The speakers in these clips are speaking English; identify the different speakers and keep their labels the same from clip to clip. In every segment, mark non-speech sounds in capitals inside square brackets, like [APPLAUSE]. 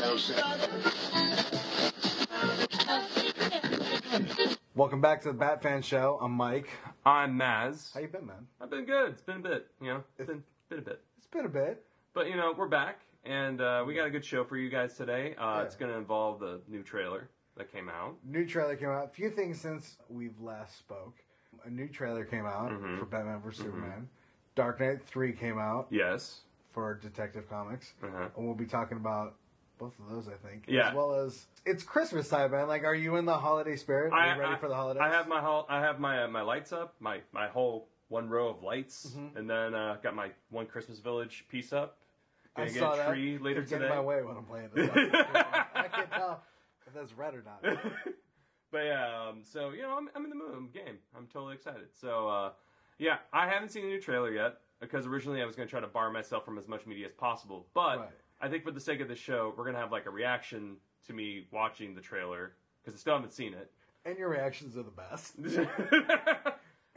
Speaker 1: no sense.
Speaker 2: Welcome back to the Bat Fan Show. I'm Mike.
Speaker 3: I'm Maz.
Speaker 2: How you been, man?
Speaker 3: I've been good. It's been a bit, you know. It's been, been a bit.
Speaker 2: It's been a bit.
Speaker 3: But, you know, we're back, and uh, we got a good show for you guys today. Uh,
Speaker 2: Yeah.
Speaker 3: It's going to involve the new trailer that came out.
Speaker 2: New trailer came out. A few things since we've last spoke. A new trailer came out
Speaker 3: Mm-hmm.
Speaker 2: for Batman vs Superman. Dark Knight Three came out
Speaker 3: Yes.
Speaker 2: for Detective Comics,
Speaker 3: Uh-huh.
Speaker 2: and we'll be talking about both of those, I think.
Speaker 3: Yeah.
Speaker 2: As well as it's Christmas time, man. Like, are you in the holiday spirit? Are
Speaker 3: I-
Speaker 2: you ready
Speaker 3: I-
Speaker 2: for the holidays?
Speaker 3: I have my whole, I have my uh, my lights up, my my whole one row of lights,
Speaker 2: Mm-hmm.
Speaker 3: and then uh, got my one Christmas Village piece up.
Speaker 2: I
Speaker 3: Gonna get
Speaker 2: saw
Speaker 3: a
Speaker 2: that.
Speaker 3: tree later
Speaker 2: They're getting
Speaker 3: today.
Speaker 2: my way when I'm playing this.
Speaker 3: [LAUGHS]
Speaker 2: I can't tell if that's red or not.
Speaker 3: [LAUGHS] But yeah, um, so you know, I'm, I'm in the mood. I'm game. I'm totally excited. So uh, yeah, I haven't seen the new trailer yet because originally I was going to try to bar myself from as much media as possible. But
Speaker 2: Right.
Speaker 3: I think for the sake of the show, we're going to have like a reaction to me watching the trailer because I still haven't seen it. [LAUGHS]
Speaker 2: And your reactions are the best.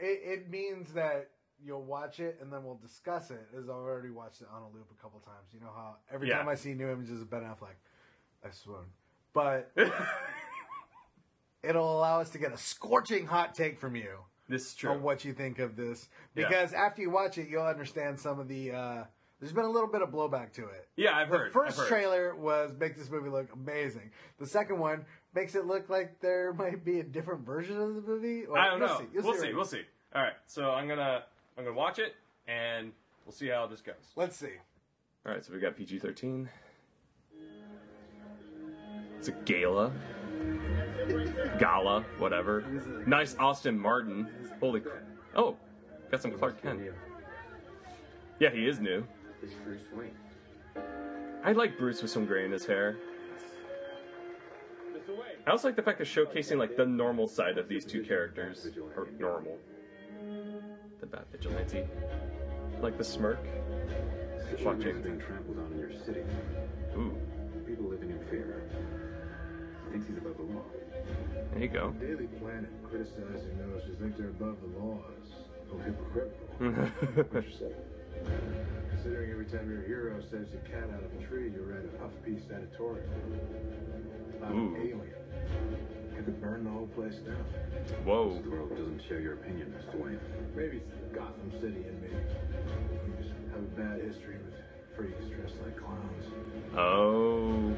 Speaker 2: It, it means that you'll watch it and then we'll discuss it. As I've already watched it on a loop a couple times. You know how every
Speaker 3: Yeah.
Speaker 2: time I see new images of Ben Affleck, I swoon. But it'll allow us to get a scorching hot take from you
Speaker 3: this is
Speaker 2: on
Speaker 3: true.
Speaker 2: what you think of this.
Speaker 3: Yeah.
Speaker 2: Because after you watch it, you'll understand some of the. Uh, there's been a little bit of blowback to it.
Speaker 3: yeah, I've
Speaker 2: The
Speaker 3: heard.
Speaker 2: 1st
Speaker 3: I've heard.
Speaker 2: trailer was make this movie look amazing. The second one makes it look like there might be a different version of the movie. Or,
Speaker 3: I don't
Speaker 2: you'll
Speaker 3: know.
Speaker 2: You'll
Speaker 3: we'll
Speaker 2: what
Speaker 3: see.
Speaker 2: I
Speaker 3: We'll
Speaker 2: mean.
Speaker 3: see. All right, so I'm gonna I'm gonna watch it and we'll see how this goes.
Speaker 2: Let's see.
Speaker 3: All right, so we got PG-13. It's a gala, gala, whatever. Nice Austin Martin. Holy, cr- oh, got some Clark Kent. Yeah, he is new.
Speaker 4: It's Bruce Wayne.
Speaker 3: I like Bruce with some gray in his hair. I also like the fact they're showcasing like the normal side of these two characters, or normal. The Bat Vigilante, like the smirk. Fuck
Speaker 4: has
Speaker 3: it.
Speaker 4: been trampled on in your city.
Speaker 3: Ooh,
Speaker 4: People living in fear. Thinks he's above the law.
Speaker 3: there you go. [LAUGHS]
Speaker 1: Daily Planet criticizing those who think they're above the law is so hypocritical.
Speaker 3: yeah,
Speaker 4: What you say?
Speaker 1: Considering every time your hero saves a cat out of a tree, you write a puff piece editorial. I'm
Speaker 3: Ooh.
Speaker 1: an alien. I could burn the whole place down.
Speaker 3: Whoa.
Speaker 4: The world doesn't share your opinion, Mr. Wayne.
Speaker 1: Maybe it's the Gotham City in me. We just have a bad history with freaks dressed like clowns.
Speaker 3: Oh.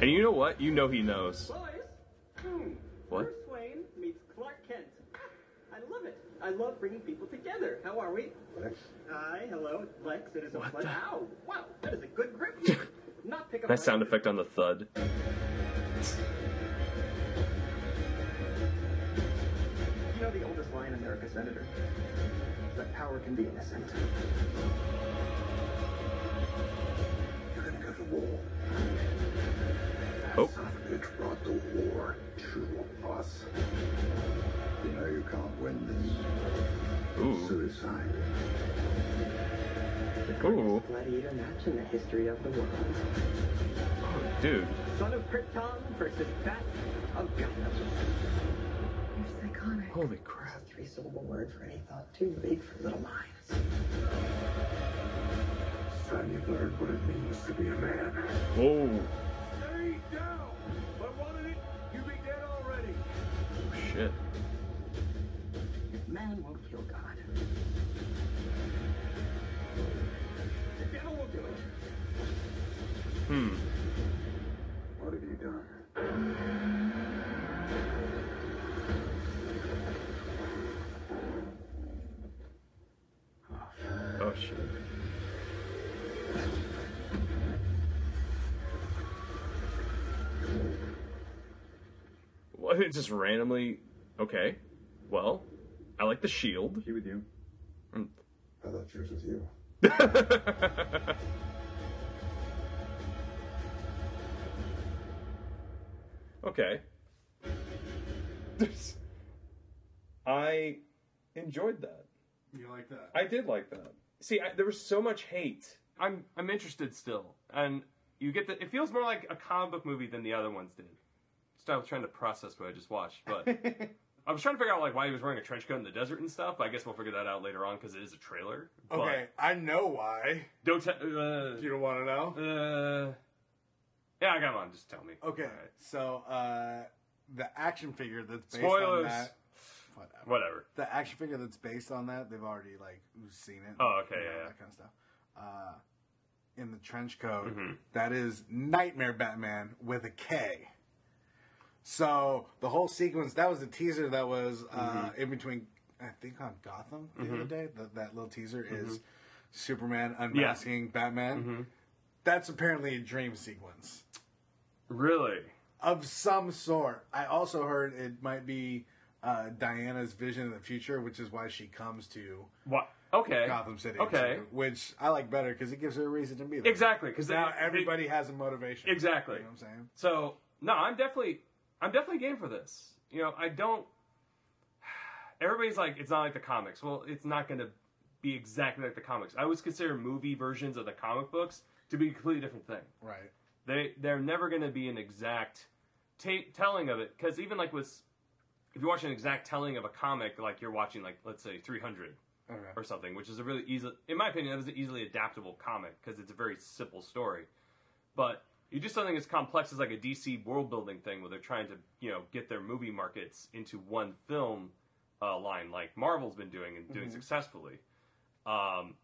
Speaker 3: And you know what? You know he knows.
Speaker 5: Boys. Hmm.
Speaker 3: What?
Speaker 5: Bruce Wayne meets Clark Kent. Ah, I love it. I love bringing people together. How are we?
Speaker 1: Lex?
Speaker 5: Hi, hello, it's Lex. It is
Speaker 3: What
Speaker 5: a pleasure.
Speaker 3: the-
Speaker 5: Ow! Wow, that is a good grip. You would Not pick up.
Speaker 3: Nice sound effect on the thud.
Speaker 5: You know the oldest line in America, Senator. That power can be innocent.
Speaker 1: You're gonna go to war.
Speaker 3: Oh.
Speaker 1: Son of a bitch brought the war to us. You know you can't win this.
Speaker 3: Ooh.
Speaker 1: Suicide.
Speaker 3: Ooh.
Speaker 5: Gladiator match in the history of the world.
Speaker 3: Dude.
Speaker 5: Son of Krypton versus Bat of Gotham.
Speaker 6: It's iconic.
Speaker 3: Holy crap.
Speaker 5: Three syllable word for any thought, too big for little minds.
Speaker 1: Son, you've learned what it means to be a man.
Speaker 3: Whoa.
Speaker 1: Stay down! If I wanted it, you'd be dead already.
Speaker 3: Shit.
Speaker 5: Man won't kill God. The devil will do it.
Speaker 3: Hmm.
Speaker 1: What have you done?
Speaker 3: Oh shit. What? It just randomly. Okay. Well, I like the shield.
Speaker 4: She with you?
Speaker 1: I thought yours was you.
Speaker 3: [LAUGHS] Okay. I enjoyed that.
Speaker 2: You like that?
Speaker 3: I did like that. See, I, there was so much hate. I'm I'm interested still, and you get the. It feels more like a comic book movie than the other ones did. Still trying to process what I just watched, [LAUGHS] but I was trying to figure out like why he was wearing a trench coat in the desert and stuff. But I guess we'll figure that out later on because it is a trailer. But
Speaker 2: Okay, I know why.
Speaker 3: Don't. T- uh,
Speaker 2: You don't want to know?
Speaker 3: uh, Yeah, I got one. Just tell me.
Speaker 2: Okay,
Speaker 3: All right.
Speaker 2: so uh, the action figure that's based on
Speaker 3: Spoilers.
Speaker 2: that. Whatever.
Speaker 3: Whatever.
Speaker 2: The action figure that's based on that, they've already like seen it.
Speaker 3: Oh, okay,
Speaker 2: you know,
Speaker 3: yeah, yeah.
Speaker 2: that kind of stuff. Uh, in the trench coat,
Speaker 3: Mhm.
Speaker 2: that is Nightmare Batman with a K. So the whole sequence that was a teaser that was uh,
Speaker 3: Mm-hmm.
Speaker 2: in between. I think on Gotham the other day. That, that little teaser is
Speaker 3: Mm-hmm.
Speaker 2: Superman unmasking Batman. That's apparently a dream sequence
Speaker 3: Really?
Speaker 2: of some sort. I also heard it might be uh, Diana's vision of the future, which is why she comes to
Speaker 3: What? Okay.
Speaker 2: Gotham City.
Speaker 3: Okay.
Speaker 2: too, which I like better because it gives her a reason to be there.
Speaker 3: Exactly, 'cause
Speaker 2: now
Speaker 3: it- it-
Speaker 2: everybody has a motivation.
Speaker 3: Exactly.
Speaker 2: You know what I'm saying?
Speaker 3: So no, I'm definitely I'm definitely game for this. You know, I don't. Everybody's like, it's not like the comics. Well, it's not going to be exactly like the comics. I always consider movie versions of the comic books to be a completely different thing.
Speaker 2: Right.
Speaker 3: They they're never going to be an exact ta telling of it because even like with if you watch an exact telling of a comic, like you're watching like let's say 300
Speaker 2: Okay.
Speaker 3: or something, which is a really easy, in my opinion, that was an easily adaptable comic because it's a very simple story. But you do something as complex as like a DC world building thing where they're trying to, you know, get their movie markets into one film uh, line like Marvel's been doing and
Speaker 2: Mm-hmm.
Speaker 3: doing successfully. Um,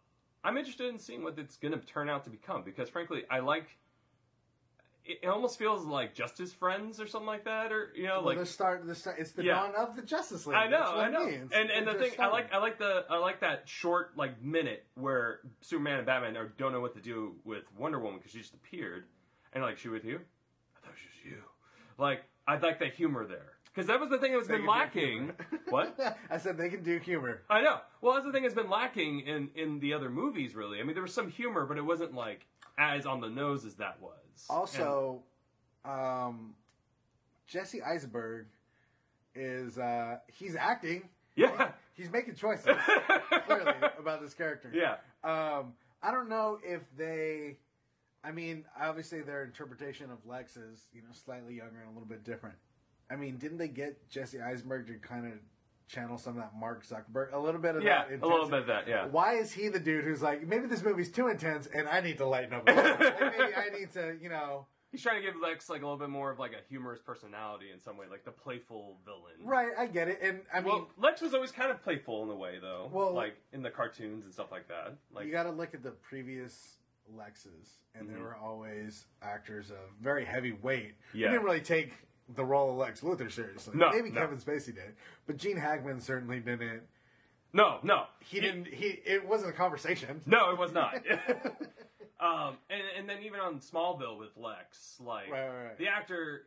Speaker 3: I'm interested in seeing what it's going to turn out to become because, frankly, I like. It it almost feels like Justice Friends or something like that, or you know,
Speaker 2: Well,
Speaker 3: like
Speaker 2: the start. The start. It's the
Speaker 3: Yeah.
Speaker 2: dawn of the Justice League.
Speaker 3: I know,
Speaker 2: That's what
Speaker 3: I
Speaker 2: it
Speaker 3: know.
Speaker 2: means.
Speaker 3: And and
Speaker 2: It
Speaker 3: the
Speaker 2: just
Speaker 3: thing I
Speaker 2: started.
Speaker 3: like I like the I like that short like minute where Superman and Batman are, don't know what to do with Wonder Woman because she just appeared and like she with you. I thought she was you. Like I like that humor there because that was the thing that's
Speaker 2: They
Speaker 3: been
Speaker 2: can do
Speaker 3: lacking.
Speaker 2: humor.
Speaker 3: [LAUGHS] what?
Speaker 2: [LAUGHS] I said they can do humor.
Speaker 3: I know. Well, that's the thing that's been lacking in in the other movies. Really, I mean, there was some humor, but it wasn't like as on the nose as that was.
Speaker 2: Also, um, Jesse Eisenberg is uh, he's acting.
Speaker 3: [LAUGHS] And- [LAUGHS] yeah,
Speaker 2: He's making choices clearly about this character.
Speaker 3: yeah,
Speaker 2: Um, I don't know if they. I mean, obviously their interpretation of Lex is you know slightly younger and a little bit different. I mean, didn't they get Jesse Eisenberg to kind of channel some of that Mark Zuckerberg a little bit of
Speaker 3: yeah,
Speaker 2: that?
Speaker 3: a little
Speaker 2: intensity?
Speaker 3: bit of that. Yeah,
Speaker 2: Why is he the dude who's like, maybe this movie's too intense and I need to lighten up? a little bit. Like, maybe I need to, you
Speaker 3: [LAUGHS]
Speaker 2: know,
Speaker 3: He's trying to give Lex like a little bit more of like a humorous personality in some way, like the playful villain.
Speaker 2: right? I get it, and I mean,
Speaker 3: Well, Lex was always kind of playful in a way, though.
Speaker 2: Well-
Speaker 3: like in the cartoons and stuff like that. Like, Mm-hmm.
Speaker 2: you got to look at the previous Lexes, and they were always actors of very heavy weight.
Speaker 3: Yeah.
Speaker 2: They didn't really take the role of Lex Luthor seriously.
Speaker 3: No,
Speaker 2: Maybe
Speaker 3: no.
Speaker 2: Kevin Spacey did, but Gene Hackman certainly didn't.
Speaker 3: no, no,
Speaker 2: He didn't. He it wasn't a conversation.
Speaker 3: No, it
Speaker 2: [LAUGHS]
Speaker 3: was not. [LAUGHS] um, and and then even on Smallville with Lex, like
Speaker 2: Right, right, right.
Speaker 3: the actor,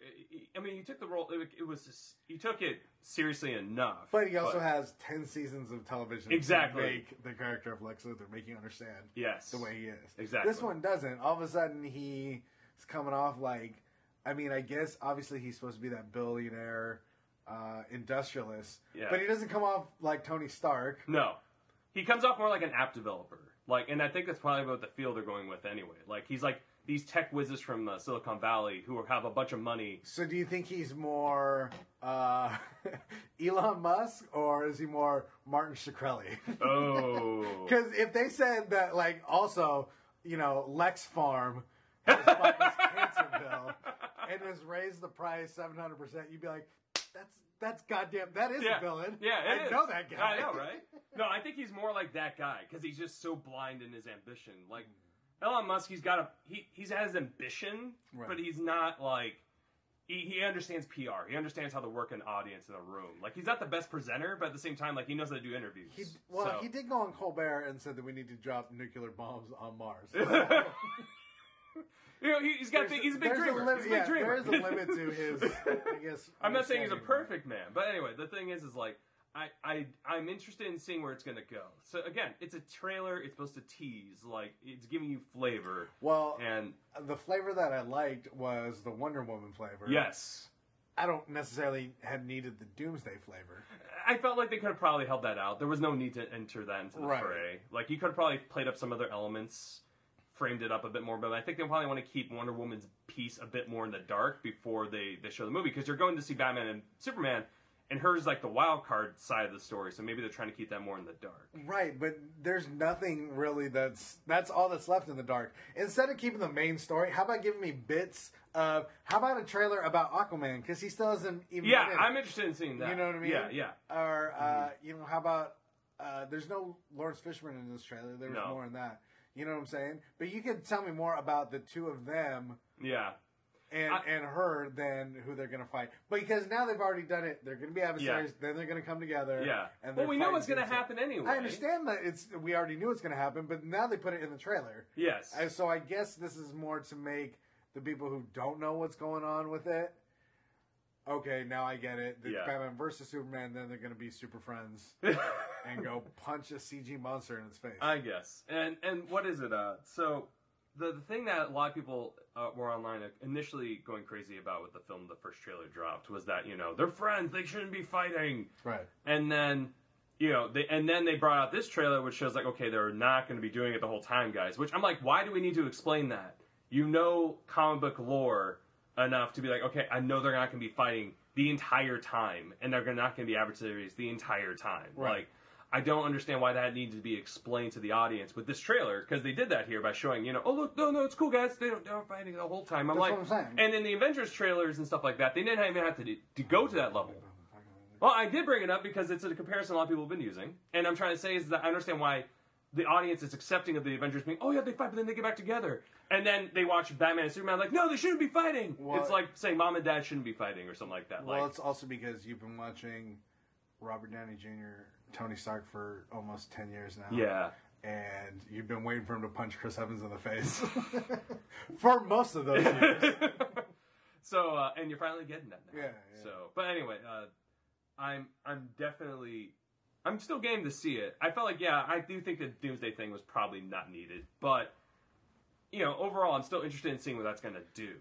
Speaker 3: I mean, he took the role. It, it was just, he took it seriously enough.
Speaker 2: But he also has ten seasons of television
Speaker 3: Exactly.
Speaker 2: to make the character of Lex Luthor, make you understand
Speaker 3: yes
Speaker 2: the way he is.
Speaker 3: Exactly.
Speaker 2: This one doesn't. All of a sudden, he's coming off like, I mean, I guess obviously he's supposed to be that billionaire uh, industrialist,
Speaker 3: Yeah.
Speaker 2: but he doesn't come off like Tony Stark.
Speaker 3: No. He comes off more like an app developer. Like, and I think that's probably about the feel they're going with anyway. Like, he's like these tech whizzes from uh, Silicon Valley who have a bunch of money.
Speaker 2: So, do you think he's more uh, [LAUGHS] Elon Musk or is he more Martin Shkreli? [LAUGHS]
Speaker 3: Oh.
Speaker 2: Because if they said that, like, also, you know, Lex Farm has bought
Speaker 3: [LAUGHS]
Speaker 2: this cancer pill and has raised the price 700%, you'd be like, that's that's goddamn, that is
Speaker 3: yeah.
Speaker 2: a villain.
Speaker 3: Yeah, it
Speaker 2: I
Speaker 3: is.
Speaker 2: know that guy.
Speaker 3: I know, right? No, I think he's more like that guy because he's just so blind in his ambition. Like, Elon Musk, he's got a he he's has ambition,
Speaker 2: Right.
Speaker 3: but he's not like he, he understands PR. He understands how to work an audience in a room. Like, he's not the best presenter, but at the same time, like he knows how to do interviews.
Speaker 2: He, well,
Speaker 3: So-
Speaker 2: he did go on Colbert and said that we need to drop nuclear bombs on Mars.
Speaker 3: [LAUGHS] You know, he, he's got big, he's a big
Speaker 2: There's
Speaker 3: dreamer.
Speaker 2: lim-
Speaker 3: he's a big
Speaker 2: yeah,
Speaker 3: dreamer.
Speaker 2: There is
Speaker 3: [LAUGHS]
Speaker 2: a limit to his, I guess.
Speaker 3: I'm not saying he's a
Speaker 2: understanding.
Speaker 3: perfect man, but anyway, the thing is, is like I, I, I'm interested in seeing where it's gonna go. So again, it's a trailer. It's supposed to tease, like it's giving you flavor.
Speaker 2: Well,
Speaker 3: And
Speaker 2: the flavor that I liked was the Wonder Woman flavor.
Speaker 3: yes,
Speaker 2: I don't necessarily have needed the Doomsday flavor.
Speaker 3: I felt like they could have probably held that out. There was no need to enter that into the
Speaker 2: Right.
Speaker 3: fray. Like you could have probably played up some other elements, framed it up a bit more. But I think they probably want to keep Wonder Woman's piece a bit more in the dark before they they show the movie because you're going to see Batman and Superman, and hers like the wild card side of the story. So maybe they're trying to keep that more in the dark.
Speaker 2: Right, but there's nothing really that's that's all that's left in the dark. Instead of keeping the main story, how about giving me bits of how about a trailer about Aquaman because he still hasn't even
Speaker 3: Yeah,
Speaker 2: been in it.
Speaker 3: I'm interested in seeing that.
Speaker 2: You know what I mean?
Speaker 3: Yeah, yeah.
Speaker 2: Or uh,
Speaker 3: Mm-hmm.
Speaker 2: you know, how about uh, there's no Lawrence Fishburne in this trailer. There was
Speaker 3: No.
Speaker 2: more in that. You know what I'm saying? But you could tell me more about the two of them
Speaker 3: Yeah.
Speaker 2: and
Speaker 3: I-
Speaker 2: and her than who they're gonna fight. Because now they've already done it. They're gonna be adversaries. Then they're gonna come together.
Speaker 3: Yeah.
Speaker 2: And
Speaker 3: well,
Speaker 2: they're
Speaker 3: we know
Speaker 2: fighting
Speaker 3: what's going to
Speaker 2: Doomsday.
Speaker 3: happen anyway.
Speaker 2: I understand that it's we already knew it's gonna happen, but now they put it in the trailer.
Speaker 3: Yes.
Speaker 2: And so I guess this is more to make the people who don't know what's going on with it. Okay, now I get it. It's
Speaker 3: Yeah.
Speaker 2: Batman versus Superman. Then they're gonna be super friends
Speaker 3: [LAUGHS]
Speaker 2: and go punch a CG monster in its face.
Speaker 3: I guess. And and what is it? Uh, so the, the thing that a lot of people uh, were online initially going crazy about with the film, the first trailer dropped, was that you know they're friends, they shouldn't be fighting.
Speaker 2: right.
Speaker 3: And then you know, they, and then they brought out this trailer, which shows like okay, they're not going to be doing it the whole time, guys. Which I'm like, why do we need to explain that? You know, comic book lore enough to be like, okay, I know they're not going to be fighting the entire time, and they're not going to be adversaries the entire time,
Speaker 2: Right.
Speaker 3: like. I don't understand why that needed to be explained to the audience with this trailer because they did that here by showing, you know, oh look, no, no, it's cool, guys. They don't, they don't fight the whole time. I'm
Speaker 2: That's
Speaker 3: like,
Speaker 2: what I'm saying.
Speaker 3: and in the Avengers trailers and stuff like that, they didn't even have to, to go to that level. Well, I did bring it up because it's a comparison a lot of people have been using, and I'm trying to say is that I understand why the audience is accepting of the Avengers being, oh yeah, they fight, but then they get back together, and then they watch Batman and Superman like, no, they shouldn't be fighting.
Speaker 2: Well-
Speaker 3: it's like saying mom and dad shouldn't be fighting or something like that.
Speaker 2: Well,
Speaker 3: like,
Speaker 2: it's also because you've been watching Robert Downey Jr. Tony Stark for almost ten years now.
Speaker 3: yeah,
Speaker 2: And you've been waiting for him to punch Chris Evans in the face [LAUGHS] for most of those years.
Speaker 3: [LAUGHS] so uh, and you're finally getting that now.
Speaker 2: Yeah, yeah.
Speaker 3: So, but anyway, uh, I'm I'm definitely I'm still game to see it. I felt like yeah, I do think the Doomsday thing was probably not needed, but you know, overall, I'm still interested in seeing what that's gonna do.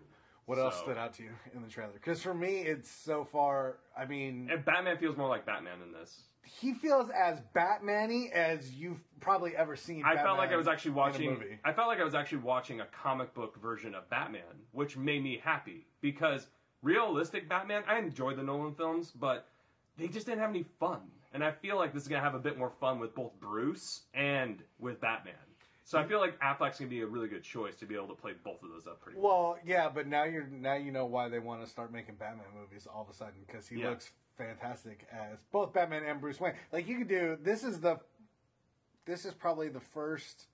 Speaker 2: What else
Speaker 3: So-
Speaker 2: stood out to you in the trailer? Because for me, it's so far. I mean,
Speaker 3: And Batman feels more like Batman in this.
Speaker 2: he feels as Batman-y as you've probably ever seen.
Speaker 3: I felt like I
Speaker 2: Batman
Speaker 3: was actually
Speaker 2: in a
Speaker 3: watching.
Speaker 2: movie.
Speaker 3: I felt like I was actually watching a comic book version of Batman, which made me happy because realistic Batman. I enjoy the Nolan films, but they just didn't have any fun, and I feel like this is gonna have a bit more fun with both Bruce and with Batman. So I feel like Affleck's gonna be a really good choice to be able to play both of those up pretty well.
Speaker 2: Well, yeah, but now you're now you know why they want to start making Batman movies all of a sudden because he
Speaker 3: Yeah.
Speaker 2: looks fantastic as both Batman and Bruce Wayne. Like you could do this is the this is probably the first,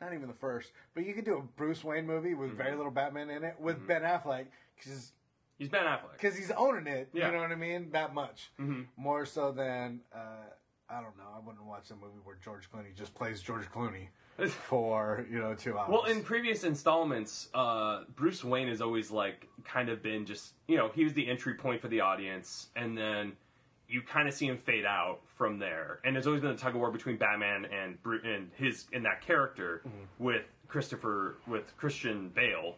Speaker 2: not even the first, but you could do a Bruce Wayne movie with
Speaker 3: Mm-hmm.
Speaker 2: very little Batman in it with Ben Affleck because
Speaker 3: He's Ben Affleck.
Speaker 2: because he's owning it.
Speaker 3: Yeah. Mm-hmm.
Speaker 2: You know what I mean? That much more so than uh, I don't know. I wouldn't watch a movie where George Clooney just plays George
Speaker 3: [LAUGHS]
Speaker 2: Clooney for you know two hours.
Speaker 3: Well, in previous installments, uh, Bruce Wayne has always like kind of been just you know he was the entry point for the audience, and then you kind of see him fade out from there. And there's always been a tug of war between Batman and Bru- and his and that character with Christopher with Christian Bale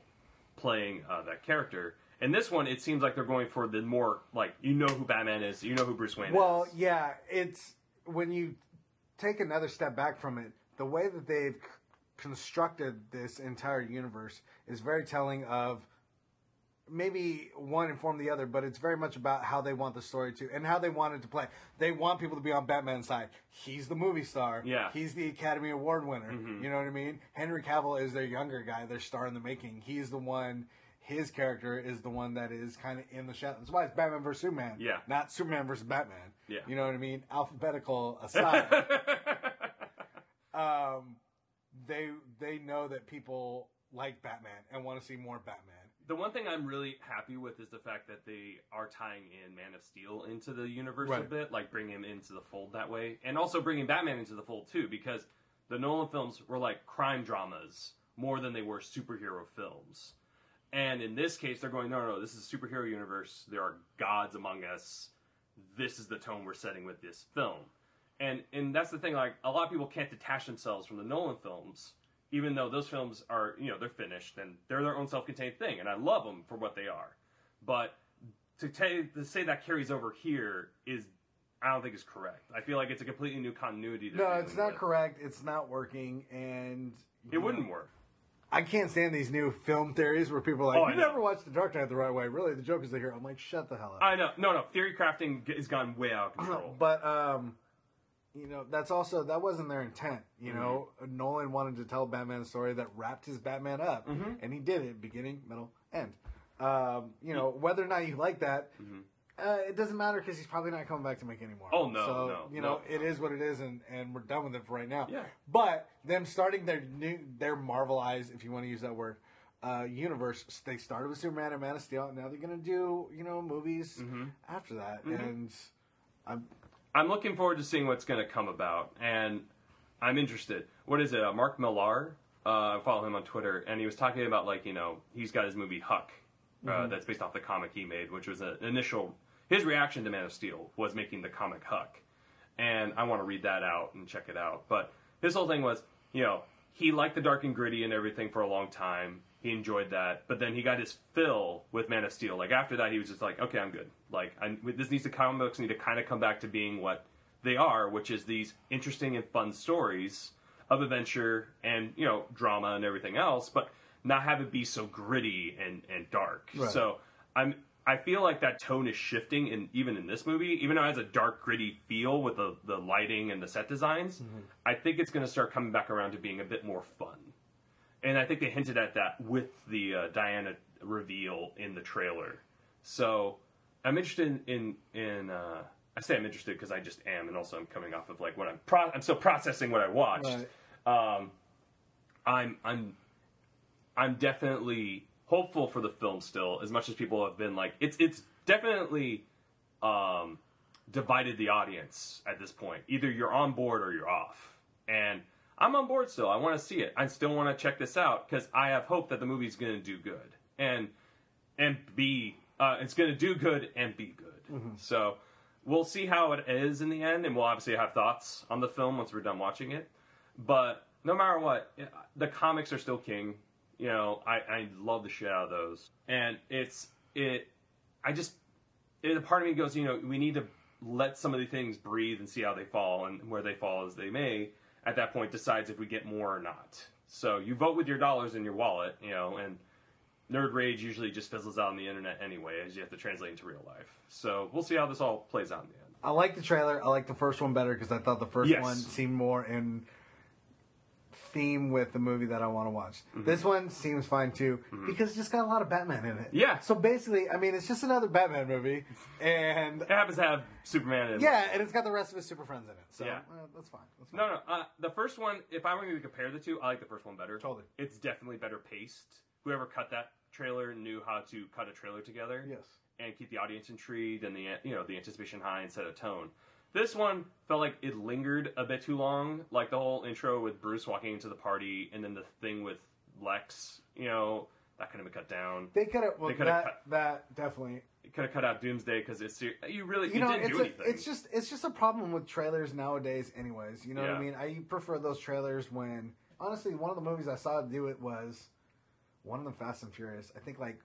Speaker 3: playing uh, that character. And this one, it seems like they're going for the more like you know who Batman is, you know who Bruce Wayne [LAUGHS]
Speaker 2: Well,
Speaker 3: is.
Speaker 2: yeah, it's when you take another step back from it, the way that they've c- constructed this entire universe is very telling of maybe one informed the other, but it's very much about how they want the story to and how they want it to play. They want people to be on Batman's side. He's the movie star.
Speaker 3: Yeah. Mm-hmm.
Speaker 2: He's the Academy Award winner. You know what I mean? Henry Cavill is their younger guy, their star in the making. He's the one. His character is the one that is kind of in the shadows. That's why it's Batman versus Superman.
Speaker 3: Yeah.
Speaker 2: Not Superman versus Batman.
Speaker 3: Yeah.
Speaker 2: You know what I mean? Alphabetical
Speaker 3: [LAUGHS]
Speaker 2: aside, um, they they know that people like Batman and want to see more Batman.
Speaker 3: The one thing I'm really happy with is the fact that they are tying in Man of Steel into the universe a
Speaker 2: Right.
Speaker 3: bit, like bringing him into the fold that way, and also bringing Batman into the fold too, because the Nolan films were like crime dramas more than they were superhero films. And in this case, they're going, no, no, no, this is a superhero universe. There are gods among us. This is the tone we're setting with this film. And and that's the thing, like a lot of people can't detach themselves from the Nolan films, even though those films are, you know, they're finished and they're their own self-contained thing, and I love them for what they are. But to, ta- to say that carries over here is, I don't think is correct. I feel like it's a completely new continuity. they're
Speaker 2: No,
Speaker 3: dealing
Speaker 2: it's not
Speaker 3: with.
Speaker 2: correct. It's not working, and
Speaker 3: It wouldn't work.
Speaker 2: I can't stand these new film theories where people are like,
Speaker 3: Oh, I
Speaker 2: you
Speaker 3: know.
Speaker 2: never watched The Dark Knight the right way. Really, the Joker's the hero. I'm like, shut the hell up.
Speaker 3: I know. No, no. Theory crafting g- has gone way out of control.
Speaker 2: But um, you know, that's also that wasn't their intent. You know,
Speaker 3: Mm-hmm.
Speaker 2: Nolan wanted to tell Batman's story that wrapped his Batman up,
Speaker 3: Mm-hmm.
Speaker 2: and he did it beginning, middle, end. Um, you know, whether or not you like that, uh, it doesn't matter because he's probably not coming back to make any more.
Speaker 3: Mm-hmm. Oh, no,
Speaker 2: So
Speaker 3: no,
Speaker 2: you know,
Speaker 3: no.
Speaker 2: it is what it is, and and we're done with it for right now.
Speaker 3: Yeah.
Speaker 2: But them starting their new their Marvelized, if you want to use that word. Uh, universe. They started with Superman and Man of Steel. and Now they're gonna do you know movies
Speaker 3: Mm-hmm.
Speaker 2: after that, and I'm
Speaker 3: I'm looking forward to seeing what's going to come about, and I'm interested. What is it? Uh, Mark Millar. Uh, I follow him on Twitter, and he was talking about like you know he's got his movie Huck, uh, that's based off the comic he made, which was an initial. His reaction to Man of Steel was making the comic Huck, and I want to read that out and check it out. But his whole thing was, you know, he liked the dark and gritty and everything for a long time. He enjoyed that, but then he got his fill with Man of Steel. Like after that, he was just like, okay, I'm good. Like I, this needs to comic books need to kind of come back to being what they are, which is these interesting and fun stories of adventure and you know drama and everything else, but not have it be so gritty and and dark.
Speaker 2: Right.
Speaker 3: So I'm I feel like that tone is shifting in even in this movie, even though it has a dark, gritty feel with the, the lighting and the set designs, I think it's gonna start coming back around to being a bit more fun. And I think they hinted at that with the uh, Diana reveal in the trailer. So I'm interested in in, in uh, I say I'm interested because I just am, and also I'm coming off of like what I'm pro- I'm still processing what I watched.
Speaker 2: uh,
Speaker 3: Um, I'm I'm I'm definitely hopeful for the film still, as much as people have been like it's it's definitely um, divided the audience at this point. Either you're on board or you're off, and I'm on board still. I want to see it. I still want to check this out because I have hope that the movie's going to do good and and be uh, it's going to do good and be good. So we'll see how it is in the end, and we'll obviously have thoughts on the film once we're done watching it. But no matter what, it- the comics are still king. You know, I, I love the shit out of those, and it's it. I just it, a part of me goes, you know, we need to let some of the things breathe and see how they fall and where they fall as they may. At that point, decides if we get more or not. So you vote with your dollars in your wallet, you know, and nerd rage usually just fizzles out on the internet anyway, as you have to translate into real life. So we'll see how this all plays out in the end.
Speaker 2: I like the trailer. I like the first one better because I thought the first
Speaker 3: Yes.
Speaker 2: one seemed more in theme with the movie that I want to watch.
Speaker 3: Mm-hmm.
Speaker 2: This one seems fine too because it's just got a lot of Batman in it.
Speaker 3: Yeah.
Speaker 2: So basically, I mean, it's just another Batman movie,
Speaker 3: [LAUGHS]
Speaker 2: and
Speaker 3: It happens to have Superman in. it.
Speaker 2: yeah, and it's got the rest of his super friends in it. So
Speaker 3: Yeah.
Speaker 2: uh, that's fine. That's fine.
Speaker 3: No, no. Uh, the first one, if I were going to compare the two, I like the first one better.
Speaker 2: Totally.
Speaker 3: It's definitely better paced. Whoever cut that trailer knew how to cut a trailer together.
Speaker 2: Yes.
Speaker 3: And keep the audience intrigued and the you know the anticipation high and set a tone. This one felt like it lingered a bit too long, like the whole intro with Bruce walking into the party and then the thing with Lex. You know that could have been cut down.
Speaker 2: They could have. Well,
Speaker 3: They coulda
Speaker 2: that
Speaker 3: cut-
Speaker 2: that definitely.
Speaker 3: It could have cut out Doomsday because it's ser- you really
Speaker 2: You
Speaker 3: it
Speaker 2: know,
Speaker 3: didn't
Speaker 2: it's
Speaker 3: do
Speaker 2: a,
Speaker 3: anything.
Speaker 2: it's just it's just a problem with trailers nowadays. Anyways, you know what I
Speaker 3: Yeah.
Speaker 2: mean. I prefer those trailers when honestly one of the movies I saw do it was one of them Fast and Furious. I think like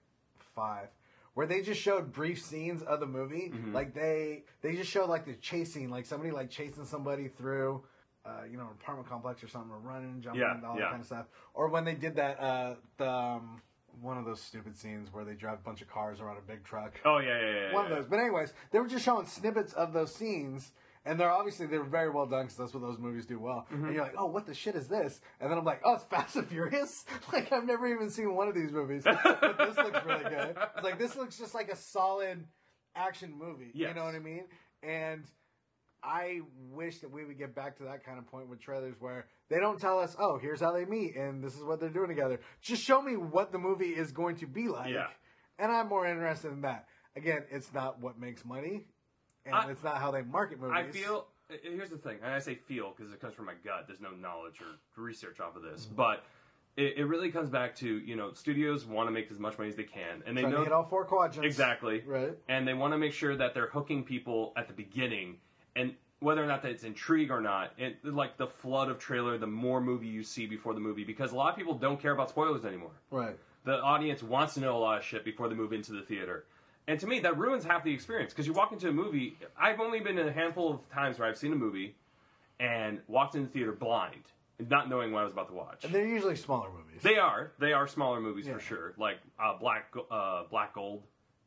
Speaker 2: five, where they just showed brief scenes of the movie.
Speaker 3: Mm-hmm.
Speaker 2: Like they they just showed like the chasing, like somebody like chasing somebody through. Uh, you know, an apartment complex or something, or running, jumping,
Speaker 3: Yeah,
Speaker 2: and all that
Speaker 3: yeah.
Speaker 2: kind of stuff. Or when they did that, uh, the um, one of those stupid scenes where they drive a bunch of cars around a big truck
Speaker 3: oh yeah, yeah, yeah.
Speaker 2: one
Speaker 3: yeah.
Speaker 2: of those. But anyways, they were just showing snippets of those scenes, and they're obviously they were very well done because that's what those movies do well.
Speaker 3: Mm-hmm.
Speaker 2: And you're like, oh, what the shit is this? And then I'm like, oh, it's Fast and Furious. [LAUGHS] like I've never even seen one of these movies, but this looks really good. It's like this looks just like a solid action movie. You
Speaker 3: Yes.
Speaker 2: know what I mean? And I wish that we would get back to that kind of point with trailers where they don't tell us, oh, here's how they meet and this is what they're doing together. Just show me what the movie is going to be like.
Speaker 3: Yeah.
Speaker 2: And I'm more interested in that. Again, it's not what makes money and
Speaker 3: I-
Speaker 2: it's not how they market movies.
Speaker 3: I feel. uh, Here's the thing, and I say feel because it comes from my gut. There's no knowledge or research off of this,
Speaker 2: Mm-hmm.
Speaker 3: but it, it really comes back to you know studios want to make as much money as they can, and they
Speaker 2: Trying to
Speaker 3: know
Speaker 2: hit all four quadrants.
Speaker 3: exactly
Speaker 2: Right.
Speaker 3: and they want to make sure that they're hooking people at the beginning, and whether or not that's intrigue or not, and like the flood of trailer, the more movie you see before the movie, because a lot of people don't care about spoilers anymore
Speaker 2: Right.
Speaker 3: the audience wants to know a lot of shit before they move into the theater. And to me, that ruins half the experience because you walk into a movie. I've only been in a handful of times where I've seen a movie and walked in the theater blind not knowing what I was about to watch.
Speaker 2: And they're usually smaller movies.
Speaker 3: They are. They are smaller movies
Speaker 2: Yeah.
Speaker 3: for sure. Like uh, Black Go- uh, Black Gold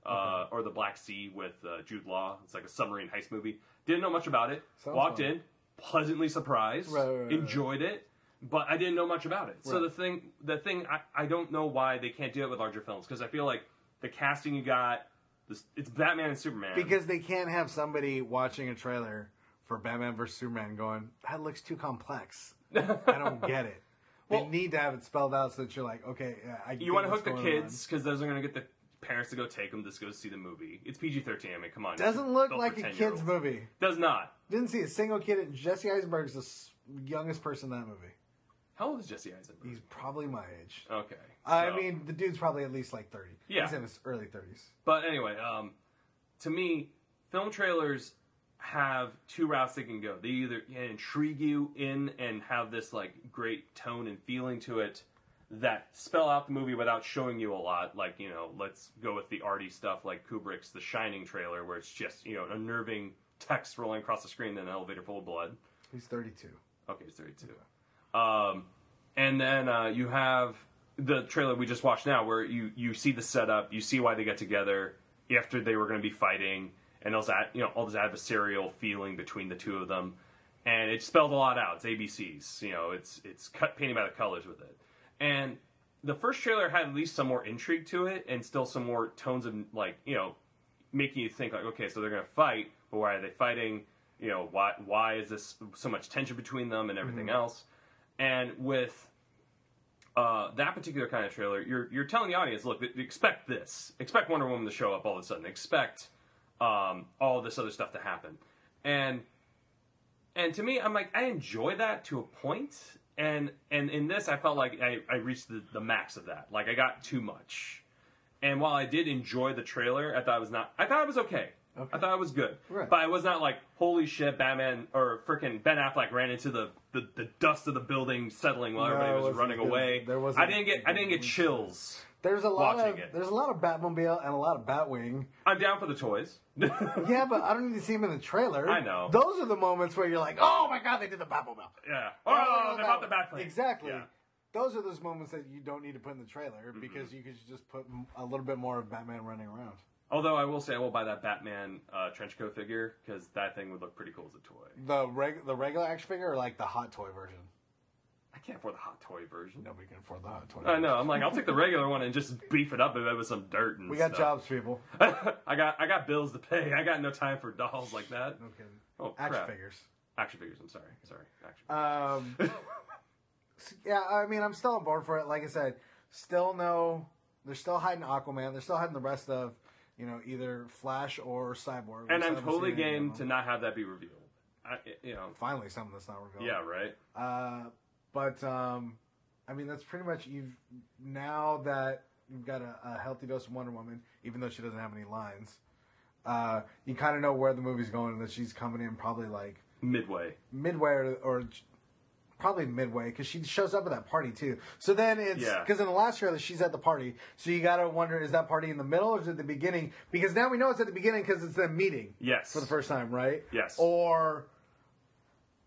Speaker 3: uh, or The Black Sea with uh, Jude Law. It's like a submarine heist movie. Didn't know much about it.
Speaker 2: Sounds
Speaker 3: Walked
Speaker 2: fun.
Speaker 3: in, pleasantly surprised,
Speaker 2: Right, right, right,
Speaker 3: enjoyed it, but I didn't know much about it. So
Speaker 2: Right.
Speaker 3: the thing, the thing, I, I don't know why they can't do it with larger films because I feel like the casting you got, this, it's Batman and Superman.
Speaker 2: because they can't have somebody watching a trailer for Batman vs Superman going, "That looks too complex. I
Speaker 3: [LAUGHS]
Speaker 2: don't get it."
Speaker 3: Well-
Speaker 2: they need to have it spelled out so that you're like, "Okay, yeah, I."
Speaker 3: you
Speaker 2: get
Speaker 3: want to
Speaker 2: what's
Speaker 3: hook the
Speaker 2: going on."
Speaker 3: kids because those are going to get the parents to go take them to go see the movie. It's PG thirteen. I mean, come on.
Speaker 2: Doesn't look
Speaker 3: Built for
Speaker 2: like a
Speaker 3: 10-year-olds.
Speaker 2: kids movie.
Speaker 3: Does not.
Speaker 2: Didn't see a single kid. And Jesse Eisenberg's the s- youngest person in that movie.
Speaker 3: How old is Jesse Eisenberg?
Speaker 2: He's probably my age.
Speaker 3: Okay.
Speaker 2: I
Speaker 3: so-
Speaker 2: mean, the dude's probably at least like thirty.
Speaker 3: Yeah.
Speaker 2: he's in his early thirties.
Speaker 3: but anyway, um, to me, film trailers have two routes they can go. They either intrigue you in and have this like great tone and feeling to it that spell out the movie without showing you a lot. Like you know, let's go with the arty stuff like Kubrick's The Shining trailer, where it's just you know an unnerving text rolling across the screen and an elevator full of blood.
Speaker 2: He's thirty-two.
Speaker 3: Okay, it's 32. Um, and then uh, you have the trailer we just watched now, where you you see the setup, you see why they got together after they were going to be fighting, and all that you know all this adversarial feeling between the two of them, and it spelled a lot out. It's ABCs, you know, it's it's cut painting by the colors with it, and the first trailer had at least some more intrigue to it, and still some more tones of like you know making you think like, okay, so they're gonna fight, but why are they fighting? You know, why why is this so much tension between them and everything else? And with uh, that particular kind of trailer, you're you're telling the audience, look, th- expect this, expect Wonder Woman to show up all of a sudden, expect um, all this other stuff to happen, and and to me, I'm like, I enjoy that to a point, and and in this, I felt like I, I reached the, the max of that, like I got too much. And while I did enjoy the trailer, I thought it was not. I thought it was okay. I thought it was good.
Speaker 2: Right.
Speaker 3: But I was not like, holy shit, Batman or freaking Ben Affleck ran into the, the, the dust of the building settling while
Speaker 2: No, it
Speaker 3: everybody was
Speaker 2: wasn't
Speaker 3: running
Speaker 2: good.
Speaker 3: away.
Speaker 2: There wasn't-
Speaker 3: I didn't get I didn't get chills.
Speaker 2: There's a lot
Speaker 3: Watching
Speaker 2: of
Speaker 3: it.
Speaker 2: there's a lot of Batmobile and a lot of Batwing.
Speaker 3: I'm down for the toys. [LAUGHS] yeah.
Speaker 2: Yeah, but I don't need to see him in the trailer.
Speaker 3: I know.
Speaker 2: Those are the moments where you're like, oh my god, they did the Batmobile.
Speaker 3: Oh, they bought the Batplane.
Speaker 2: Exactly.
Speaker 3: Yeah. Mm-hmm.
Speaker 2: Those are those moments that you don't need to put in the trailer because you could just put m- a little bit more of Batman running around.
Speaker 3: Although I will say I will buy that Batman uh, trench coat figure because that thing would look pretty cool as a toy.
Speaker 2: The reg- the regular action figure or like the hot toy version?
Speaker 3: I can't afford the hot toy version.
Speaker 2: Nobody can afford the hot toy.
Speaker 3: I
Speaker 2: version.
Speaker 3: know. I'm like, I'll take the regular one and just beef it up a bit with some dirt and
Speaker 2: We got
Speaker 3: stuff.
Speaker 2: jobs, people.
Speaker 3: [LAUGHS] I got I got bills to pay. I got no time for dolls like that.
Speaker 2: Okay.
Speaker 3: Oh,
Speaker 2: Action
Speaker 3: crap.
Speaker 2: figures.
Speaker 3: Action figures. I'm sorry. Sorry. Action. [LAUGHS]
Speaker 2: Um, s- yeah, I mean, I'm still on board for it. Like I said, still no. They're still hiding Aquaman. They're still hiding the rest of, you know, either Flash or Cyborg. We
Speaker 3: and
Speaker 2: still
Speaker 3: I'm
Speaker 2: haven't
Speaker 3: totally
Speaker 2: seen any of
Speaker 3: game
Speaker 2: them.
Speaker 3: to not have that be revealed. I, you know.
Speaker 2: Finally, something that's not revealed.
Speaker 3: Yeah. Right.
Speaker 2: Uh, but um, I mean, that's pretty much you've now that you've got a, a healthy dose of Wonder Woman, even though she doesn't have any lines. Uh, you kind of know where the movie's going, and that she's coming in probably like
Speaker 3: Midway.
Speaker 2: midway or, or j- probably midway because she shows up at that party too. So then it's
Speaker 3: Yeah.
Speaker 2: because in the last trailer she's at the party, so you gotta wonder is that party in the middle or is it the beginning? Because now we know it's at the beginning because it's them meeting
Speaker 3: Yes.
Speaker 2: for the first time, right?
Speaker 3: Yes.
Speaker 2: Or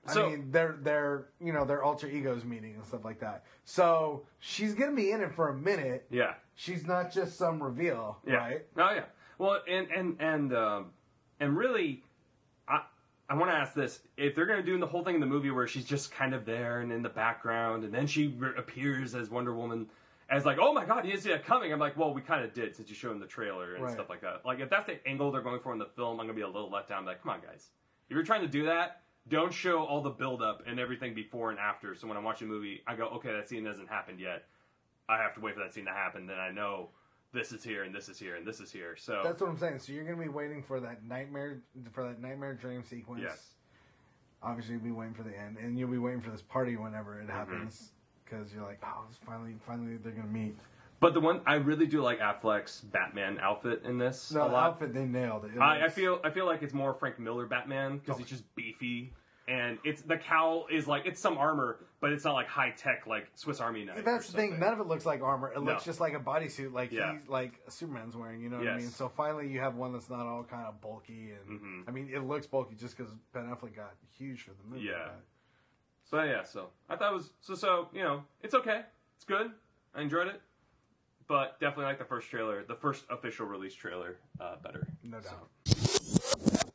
Speaker 2: I
Speaker 3: So-
Speaker 2: mean, they're they're you know their alter egos meeting and stuff like that. So she's gonna be in it for a minute.
Speaker 3: Yeah.
Speaker 2: She's not just some reveal,
Speaker 3: Yeah.
Speaker 2: right?
Speaker 3: Oh yeah. Well, and and and um, and really, I I want to ask this: if they're going to do the whole thing in the movie where she's just kind of there and in the background, and then she re- appears as Wonder Woman, as like, oh my God, he is yeah, coming. I'm like, well, we kind of did since you showed in the trailer and
Speaker 2: Right.
Speaker 3: stuff like that. Like, if that's the angle they're going for in the film, I'm gonna be a little let down. Like, come on, guys, if you're trying to do that. Don't show all the buildup and everything before and after. So when I'm watching a movie, I go, okay, that scene hasn't happened yet. I have to wait for that scene to happen. Then I know this is here and this is here and this is here. So
Speaker 2: That's what I'm saying. So you're gonna be waiting for that nightmare for that nightmare dream sequence.
Speaker 3: yes,
Speaker 2: obviously you'll be waiting for the end, and you'll be waiting for this party whenever it
Speaker 3: Mm-hmm.
Speaker 2: happens because you're like, oh, it's finally, finally they're gonna meet.
Speaker 3: but the one I really do like Affleck's Batman outfit in this
Speaker 2: No,
Speaker 3: a
Speaker 2: the
Speaker 3: lot.
Speaker 2: outfit they nailed it. It
Speaker 3: I, I
Speaker 2: looks-
Speaker 3: feel I feel like it's more Frank Miller Batman because he's just beefy and it's the cowl is like it's some armor, but it's not like high tech like Swiss Army knife.
Speaker 2: that's
Speaker 3: or
Speaker 2: the thing.
Speaker 3: something.
Speaker 2: None of it looks like armor. It looks
Speaker 3: No.
Speaker 2: just like a bodysuit, like
Speaker 3: Yeah.
Speaker 2: he's like Superman's wearing. You know what I
Speaker 3: Yes. Mm-hmm.
Speaker 2: mean? So finally, you have one that's not all kind of bulky, and I mean, it looks bulky just because Ben Affleck got huge for the movie.
Speaker 3: Yeah.
Speaker 2: but-
Speaker 3: But yeah, so I thought it was so so. You know, it's okay. It's good. I enjoyed it, but definitely like the first trailer, the first official release trailer, uh, better.
Speaker 2: No doubt.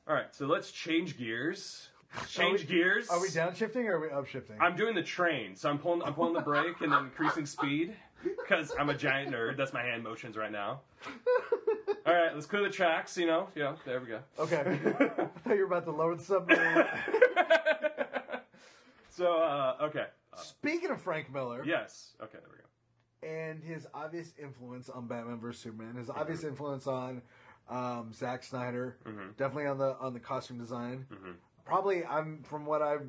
Speaker 3: All right, so let's change gears. Change gears.
Speaker 2: Are we downshifting or are we upshifting?
Speaker 3: I'm doing the train, so I'm pulling. I'm pulling the brake and then increasing speed because I'm a giant nerd. That's my hand motions right now. All right, let's clear the tracks. You know, yeah, there we go. [LAUGHS]
Speaker 2: okay. I thought you were about to lower the submarine.
Speaker 3: so uh, okay, Uh,
Speaker 2: Speaking of Frank Miller
Speaker 3: yes, okay, there we go.
Speaker 2: and his obvious influence on Batman vs Superman,
Speaker 3: Mm-hmm.
Speaker 2: his obvious influence on um, Zack Snyder,
Speaker 3: Mm-hmm.
Speaker 2: definitely on the on the costume design. Probably, I'm from what I've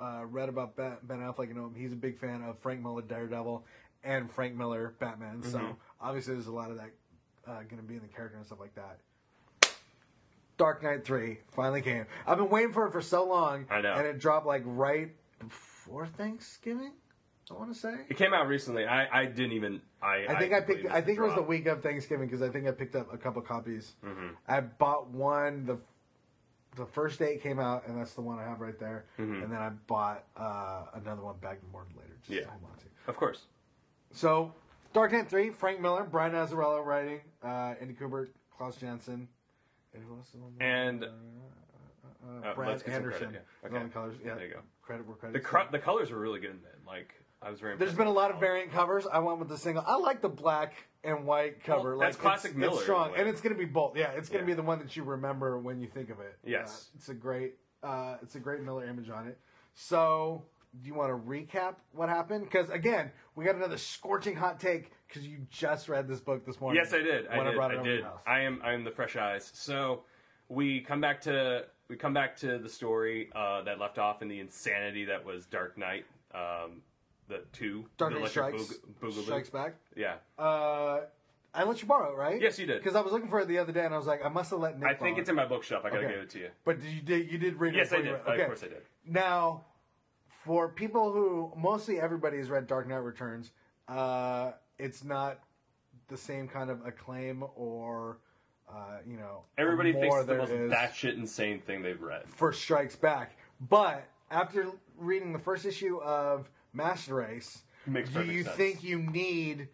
Speaker 2: uh, read about Bat- Ben Affleck. You know, him, he's a big fan of Frank Miller Daredevil and Frank Miller Batman.
Speaker 3: Mm-hmm.
Speaker 2: So obviously, there's a lot of that uh, going to be in the character and stuff like that. Dark Knight Three finally came. I've been waiting for it for so long,
Speaker 3: I know.
Speaker 2: and it dropped like right before Thanksgiving. I want to say
Speaker 3: It came out recently. I, I didn't even. I
Speaker 2: I think I,
Speaker 3: completely
Speaker 2: picked.
Speaker 3: missed
Speaker 2: I think it was the
Speaker 3: drop.
Speaker 2: week of Thanksgiving because I think I picked up a couple copies.
Speaker 3: Mm-hmm.
Speaker 2: I bought one the the first day it came out, and that's the one I have right there.
Speaker 3: Mm-hmm.
Speaker 2: And then I bought uh, another one back and board later, just
Speaker 3: Yeah.
Speaker 2: to hold on to.
Speaker 3: Of course.
Speaker 2: So, Dark Knight Three, Frank Miller, Brian Azzarello writing, uh, Andy Kubert, Klaus Janson, and who else? is on there?
Speaker 3: And
Speaker 2: uh,
Speaker 3: uh,
Speaker 2: Brad
Speaker 3: let's get some
Speaker 2: Anderson.
Speaker 3: credit, yeah.
Speaker 2: is on
Speaker 3: Okay.
Speaker 2: the colors. Yeah,
Speaker 3: There you go.
Speaker 2: Credit where credit.
Speaker 3: the cr- the colors were really good in it. Like I was very.
Speaker 2: There's
Speaker 3: impressed
Speaker 2: been a
Speaker 3: with
Speaker 2: lot
Speaker 3: the
Speaker 2: of
Speaker 3: colors.
Speaker 2: variant covers. I went with the single. I like the black and white cover.
Speaker 3: Well, that's
Speaker 2: like,
Speaker 3: classic
Speaker 2: it's,
Speaker 3: Miller in
Speaker 2: It's
Speaker 3: a
Speaker 2: strong,
Speaker 3: way.
Speaker 2: and it's going to be bold. Yeah, it's going to
Speaker 3: Yeah.
Speaker 2: be the one that you remember when you think of it.
Speaker 3: Yes.
Speaker 2: Uh, it's a great. Uh, it's a great Miller image on it. So, do you want to recap what happened? Because again, we got another scorching hot take because you just read this book this morning.
Speaker 3: Yes, I did. I
Speaker 2: when
Speaker 3: did.
Speaker 2: brought it
Speaker 3: I
Speaker 2: over to
Speaker 3: did.
Speaker 2: your house.
Speaker 3: I am. I am the fresh eyes. So we come back to we come back to the story uh, that left off in the insanity that was Dark Knight, um, the two
Speaker 2: Dark
Speaker 3: the
Speaker 2: Knight
Speaker 3: Electric
Speaker 2: Strikes,
Speaker 3: Boog- Boogaloo.
Speaker 2: Strikes Back.
Speaker 3: Yeah,
Speaker 2: Uh, I let you borrow it, right?
Speaker 3: Yes, you did.
Speaker 2: Because I was looking for it the other day, and I was like, I must have let Nick.
Speaker 3: I think
Speaker 2: borrow
Speaker 3: it's
Speaker 2: it.
Speaker 3: in my bookshelf. I gotta
Speaker 2: Okay.
Speaker 3: give it to you.
Speaker 2: But did you did you did read it?
Speaker 3: Yes,
Speaker 2: before
Speaker 3: I did.
Speaker 2: you
Speaker 3: Uh,
Speaker 2: read-
Speaker 3: Of course, I did.
Speaker 2: Now, for people who mostly everybody has read Dark Knight Returns, uh, it's not the same kind of acclaim or uh, you know
Speaker 3: Everybody thinks
Speaker 2: more
Speaker 3: it's the
Speaker 2: there
Speaker 3: most
Speaker 2: is
Speaker 3: batshit insane thing they've read.
Speaker 2: for Strikes Back. But after reading the first issue of Master Race,
Speaker 3: Makes
Speaker 2: do
Speaker 3: perfect
Speaker 2: you
Speaker 3: sense.
Speaker 2: think you need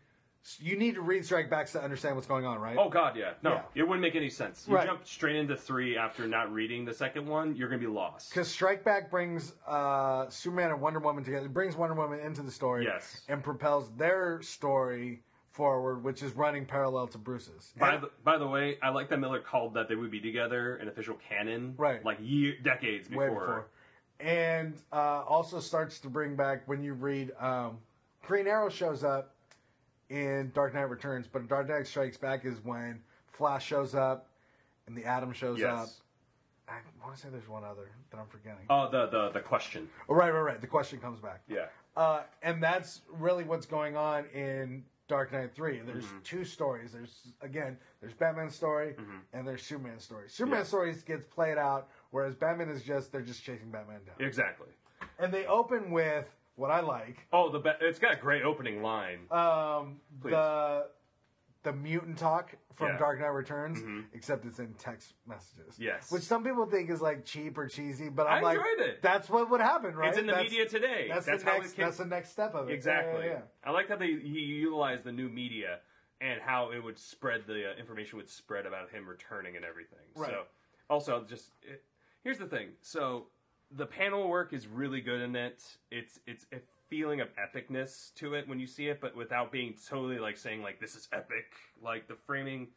Speaker 2: you need to read Strike Backs to understand what's going on, right?
Speaker 3: Oh God, yeah. No,
Speaker 2: Yeah.
Speaker 3: it wouldn't make any sense. You
Speaker 2: Right.
Speaker 3: jump straight into three after not reading the second one, you're gonna be lost.
Speaker 2: Because Strike Back brings uh, Superman and Wonder Woman together, brings Wonder Woman into the story,
Speaker 3: Yes.
Speaker 2: and propels their story forward, which is running parallel to Bruce's.
Speaker 3: By
Speaker 2: And-
Speaker 3: the, by the way, I like that Miller called that they would be together in official canon,
Speaker 2: Right.
Speaker 3: Like year decades before.
Speaker 2: way before, and uh, also starts to bring back when you read um, Green Arrow shows up in Dark Knight Returns, but in Dark Knight Strikes Back is when Flash shows up and the Atom shows up.
Speaker 3: Yes.
Speaker 2: I want to say there's one other that I'm forgetting.
Speaker 3: Oh, the the the question.
Speaker 2: oh, right, right, right. The question comes back.
Speaker 3: Yeah.
Speaker 2: Uh, and that's really what's going on in Dark Knight Three. There's
Speaker 3: Mm-hmm.
Speaker 2: two stories. There's again, there's Batman's story and there's Superman's story. Superman's
Speaker 3: Yeah.
Speaker 2: stories gets played out, whereas Batman is just they're just chasing Batman down.
Speaker 3: Exactly.
Speaker 2: And they open with what I like.
Speaker 3: Oh, the ba- it's got a great opening line.
Speaker 2: Um,
Speaker 3: Please.
Speaker 2: the the mutant talk from
Speaker 3: Yeah. Mm-hmm.
Speaker 2: Dark Knight Returns, except it's in text messages.
Speaker 3: Yes.
Speaker 2: which some people think is like cheap or cheesy, but I'm
Speaker 3: I
Speaker 2: like,
Speaker 3: enjoyed it.
Speaker 2: that's what would happen, right?
Speaker 3: It's in the
Speaker 2: That's-
Speaker 3: media today.
Speaker 2: That's,
Speaker 3: That's
Speaker 2: the
Speaker 3: how
Speaker 2: next.
Speaker 3: it can-
Speaker 2: That's the next step of it. Yeah,
Speaker 3: exactly.
Speaker 2: yeah, yeah.
Speaker 3: I like how they he utilized the new media and how it would spread the uh, information would spread about him returning and everything.
Speaker 2: Right.
Speaker 3: So also just it, here's the thing. So the panel work is really good in it. It's it's a feeling of epicness to it when you see it, but without being totally like saying like this is epic. Like the framing,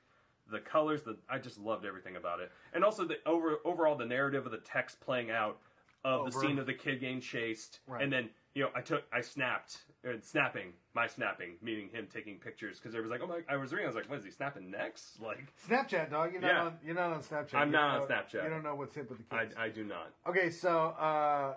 Speaker 3: the colors, the I just loved everything about it, and also the over overall the narrative of the text playing out of the
Speaker 2: Over.
Speaker 3: scene of the kid getting chased,
Speaker 2: Right.
Speaker 3: and then you know I took I snapped or snapping my snapping, meaning him taking pictures because it was like oh my I was reading I was like what is he snapping next like.
Speaker 2: Snapchat, dog. You're not,
Speaker 3: Yeah.
Speaker 2: on, you're not on Snapchat.
Speaker 3: I'm
Speaker 2: You
Speaker 3: not
Speaker 2: don't
Speaker 3: on
Speaker 2: know-
Speaker 3: Snapchat.
Speaker 2: You don't know what's hip with the
Speaker 3: I,
Speaker 2: kids.
Speaker 3: I do not.
Speaker 2: okay, so uh,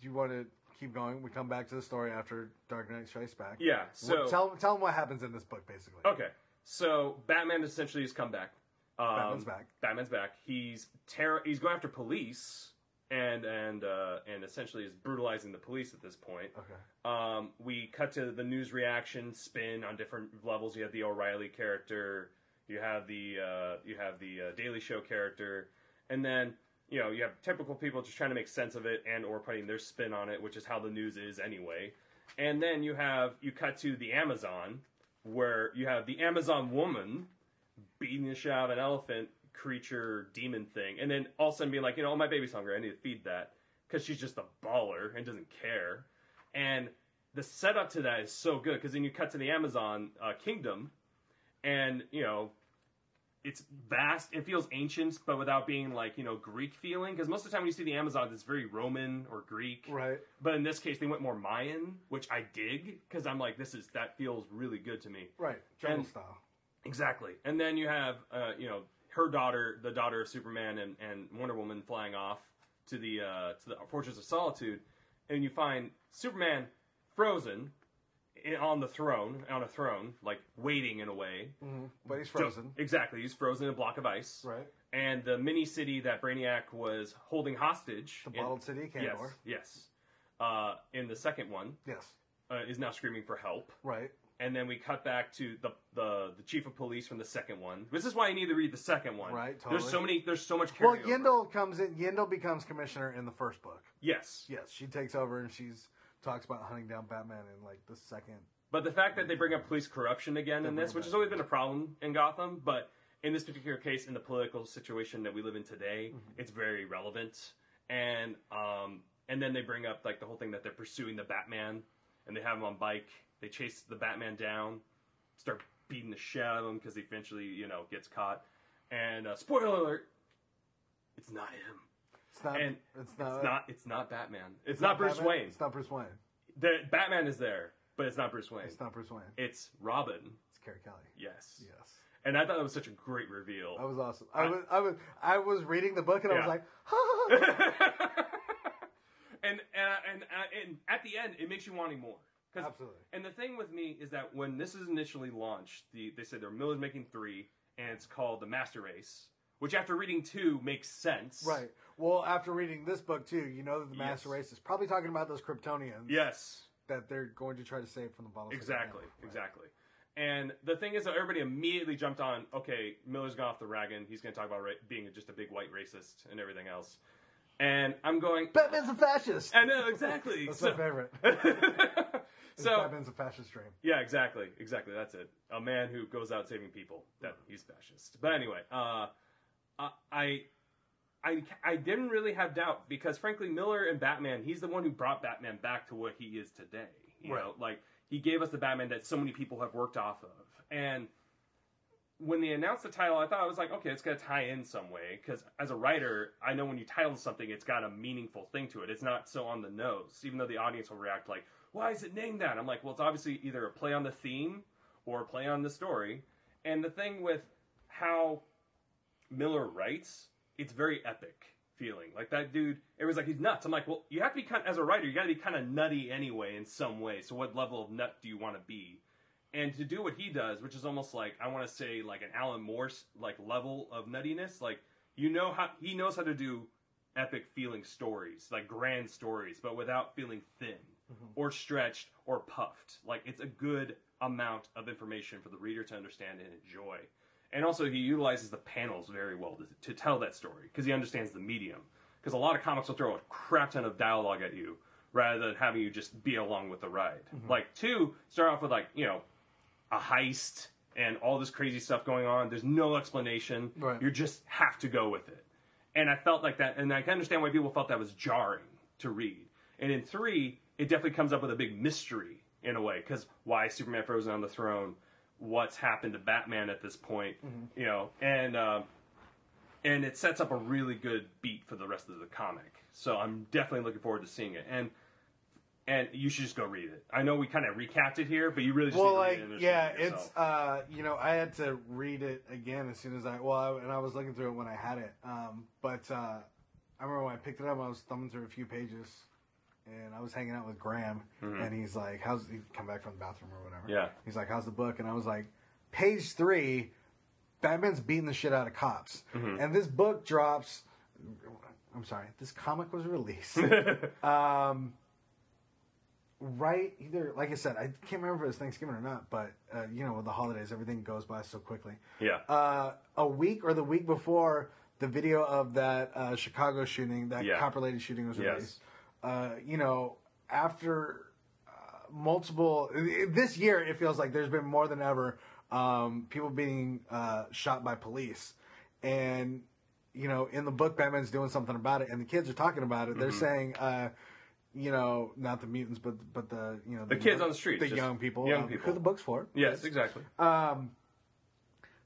Speaker 2: do you want to keep going? We come back to the story after Dark Knight Strikes Back.
Speaker 3: Yeah. So Oh,
Speaker 2: Well, tell tell them what happens in this book, basically.
Speaker 3: Okay, so Batman essentially has come back. Um,
Speaker 2: Batman's back.
Speaker 3: Batman's back. He's terror. He's going after police, and and uh, and essentially is brutalizing the police at this point.
Speaker 2: Okay.
Speaker 3: Um, we cut to the news reaction spin on different levels. You have the O'Reilly character, you have the uh, you have the uh, Daily Show character, and then you know you have typical people just trying to make sense of it and or putting their spin on it which is how the news is anyway and then you have you cut to the amazon where you have the amazon woman beating the shit out of an elephant creature demon thing and then all of a sudden being like you know oh, my baby's hungry i need to feed that because she's just a baller and doesn't care and the setup to that is so good because then you cut to the amazon uh, kingdom and you know it's vast. It feels ancient, but without being like you know Greek feeling. Because most of the time when you see the Amazon, it's very Roman or Greek.
Speaker 2: Right.
Speaker 3: But in this case, they went more Mayan, which I dig because I'm like, this is that feels really good to me.
Speaker 2: Right. Jungle
Speaker 3: And-
Speaker 2: style.
Speaker 3: Exactly. And then you have uh, you know her daughter, the daughter of Superman and, and Wonder Woman, flying off to the uh, to the Fortress of Solitude, and you find Superman frozen in, on the throne, on a throne, like waiting in a way.
Speaker 2: But he's frozen.
Speaker 3: Exactly. He's frozen in a block of ice.
Speaker 2: Mm-hmm. Right.
Speaker 3: And the mini city that Brainiac was holding hostage.
Speaker 2: The bottled city, Kandor.
Speaker 3: Yes. Yes. Uh, in the second one,
Speaker 2: Yes.
Speaker 3: uh, is now screaming for help.
Speaker 2: Right.
Speaker 3: And then we cut back to the, the the chief of police from the second one. This is why you need to read the second one.
Speaker 2: Right,
Speaker 3: There's
Speaker 2: totally.
Speaker 3: so many. There's so much
Speaker 2: Well,
Speaker 3: carryover.
Speaker 2: Yendel comes in. Yendel becomes commissioner in the first book.
Speaker 3: Yes.
Speaker 2: Yes, she takes over and she's talks about hunting down Batman in like the second.
Speaker 3: But the fact that they bring up police corruption again in this, which has always been a problem in Gotham, but in this particular case, in the political situation that we live in today,
Speaker 2: Mm-hmm.
Speaker 3: it's very relevant. And um, and then they bring up like the whole thing that they're pursuing the Batman, and they have him on bike. They chase the Batman down, start beating the shit out of him because he eventually you know gets caught. And uh, spoiler alert, it's not him.
Speaker 2: It's not.
Speaker 3: And
Speaker 2: it's not.
Speaker 3: It's not. It's not Batman. It's, not, Bruce
Speaker 2: Batman.
Speaker 3: Wayne.
Speaker 2: Uh, It's not Bruce Wayne.
Speaker 3: The Batman is there, but it's not Bruce Wayne.
Speaker 2: It's not Bruce Wayne.
Speaker 3: It's Robin.
Speaker 2: It's Carrie Kelly.
Speaker 3: Yes.
Speaker 2: Yes,
Speaker 3: And I thought that was such a great reveal.
Speaker 2: that was awesome. I was. I was. I was reading the book and I
Speaker 3: Yeah.
Speaker 2: was like, [LAUGHS] ha,
Speaker 3: [LAUGHS]
Speaker 2: ha, ha.
Speaker 3: [LAUGHS] and, uh, and uh, and at the end, it makes you wanting more. 'Cause-
Speaker 2: Absolutely.
Speaker 3: And the thing with me is that when this is initially launched, the, they said they're Miller's making three, and it's called the Master Race, which after reading two makes sense.
Speaker 2: right. Well, after reading this book too, you know that the Master
Speaker 3: Yes.
Speaker 2: Race is probably talking about those Kryptonians
Speaker 3: Yes.
Speaker 2: that they're going to try to save from the bottle.
Speaker 3: Exactly, exactly. And the thing is that everybody immediately jumped on. Okay, Miller's gone off the wagon. He's going to talk about ra- being just a big white racist and everything else. And
Speaker 2: [LAUGHS]
Speaker 3: I'm going.
Speaker 2: Batman's a fascist.
Speaker 3: I know
Speaker 2: [LAUGHS]
Speaker 3: exactly.
Speaker 2: That's
Speaker 3: [LAUGHS] so,
Speaker 2: my favorite. It's
Speaker 3: so
Speaker 2: Batman's a fascist dream.
Speaker 3: yeah, exactly, exactly. That's it. A man who goes out saving people. That he's fascist. But anyway, uh, I- I. I, I didn't really have doubt because frankly Miller and Batman he's the one who brought Batman back to what he is today you know like he gave us the Batman that so many people have worked off of and when they announced the title I thought I was like okay it's gonna tie in some way because as a writer I know when you title something it's got a meaningful thing to it it's not so on the nose even though the audience will react like why is it named that I'm like well it's obviously either a play on the theme or a play on the story and the thing with how Miller writes, it's very epic feeling. Like that dude, everyone's like, he's nuts. I'm like, well, you have to be kind as a writer, you got to be kind of nutty anyway in some way. So what level of nut do you want to be? And to do what he does, which is almost like I want to say like an Alan Morse like level of nuttiness, like you know how he knows how to do epic feeling stories, like grand stories, but without feeling thin or stretched or puffed. Like it's a good amount of information for the reader to understand and enjoy. And also, he utilizes the panels very well to, to tell that story because he understands the medium. Because a lot of comics will throw a crap ton of dialogue at you rather than having you just be along with the ride. Like, two, start off with, like, you know, a heist and all this crazy stuff going on. There's no explanation.
Speaker 2: Right.
Speaker 3: You just have to go with it. And I felt like that, and I can understand why people felt that was jarring to read. And in three, it definitely comes up with a big mystery in a way, because why is Superman frozen on the throne? What's happened to Batman at this point?
Speaker 2: Mm-hmm.
Speaker 3: You know, and um and it sets up a really good beat for the rest of the comic. So I'm definitely looking forward to seeing it. And and you should just go read it. I know we kind of recapped it here, but you really just
Speaker 2: well
Speaker 3: need to read
Speaker 2: like
Speaker 3: it and
Speaker 2: yeah
Speaker 3: understand it
Speaker 2: it's
Speaker 3: yourself.
Speaker 2: uh you know i had to read it again as soon as i well I, and i was looking through it when i had it um but uh i remember when i picked it up i was thumbing through a few pages and i was hanging out with graham
Speaker 3: Mm-hmm.
Speaker 2: and he's like how's he come back from the bathroom or whatever
Speaker 3: Yeah.
Speaker 2: he's like how's the book and i was like page three batman's beating the shit out of cops and this book drops i'm sorry this comic was released um, right either like i said i can't remember if it was thanksgiving or not but uh, you know with the holidays everything goes by so quickly
Speaker 3: yeah.
Speaker 2: uh, a week or the week before the video of that uh, Chicago shooting, that
Speaker 3: Yeah.
Speaker 2: copper lady shooting was
Speaker 3: Yes.
Speaker 2: released. Uh, you know, after uh, multiple this year, it feels like there's been more than ever um, people being uh, shot by police, and you know, in the book, Batman's doing something about it, and the kids are talking about it. They're
Speaker 3: Mm-hmm.
Speaker 2: saying. Uh, you know, not the mutants, but but the you know
Speaker 3: The kids on the street,
Speaker 2: the
Speaker 3: just
Speaker 2: young people,
Speaker 3: young
Speaker 2: um,
Speaker 3: people.
Speaker 2: Who the book's for?
Speaker 3: Yes, exactly.
Speaker 2: um,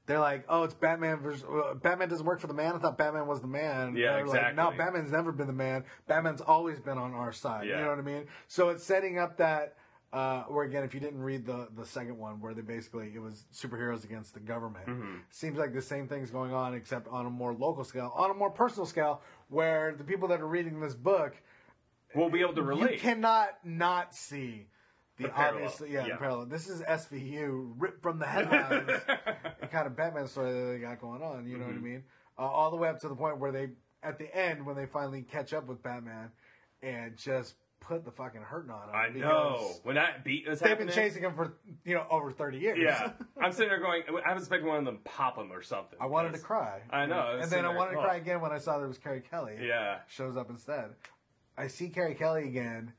Speaker 2: they're like, oh, it's Batman versus uh, Batman doesn't work for the man. I thought Batman was the man.
Speaker 3: Yeah,
Speaker 2: They're like, no,
Speaker 3: exactly.
Speaker 2: Batman's never been the man. Batman's always been on our side. You
Speaker 3: Yeah.
Speaker 2: know what I mean? So it's setting up that. Uh, where again, if you didn't read the the second one, where they basically it was superheroes against the government,
Speaker 3: Mm-hmm.
Speaker 2: seems like the same thing's going on, except on a more local scale, on a more personal scale, where the people that are reading this book
Speaker 3: We'll be able to relate.
Speaker 2: you cannot not see the,
Speaker 3: The parallel,
Speaker 2: obvious, yeah,
Speaker 3: yeah.
Speaker 2: The parallel. This is SVU ripped from the
Speaker 3: [LAUGHS]
Speaker 2: headlines, the kind of Batman story that they got going on. You know
Speaker 3: Mm-hmm.
Speaker 2: what I mean? Uh, all the way up to the point where they, at the end, when they finally catch up with Batman, and just put the fucking hurting on him.
Speaker 3: I
Speaker 2: because
Speaker 3: know. When that beat was
Speaker 2: They've
Speaker 3: happening.
Speaker 2: been chasing him for you know over thirty years.
Speaker 3: Yeah. I'm sitting there going, I was expecting one of them to pop him or something.
Speaker 2: [LAUGHS] I wanted to
Speaker 3: Because-
Speaker 2: cry.
Speaker 3: I know, I was
Speaker 2: and
Speaker 3: sitting
Speaker 2: then I
Speaker 3: there,
Speaker 2: wanted to
Speaker 3: "Oh."
Speaker 2: cry again when I saw there was Carrie Kelly.
Speaker 3: Yeah.
Speaker 2: shows up instead. I see Carrie Kelly again,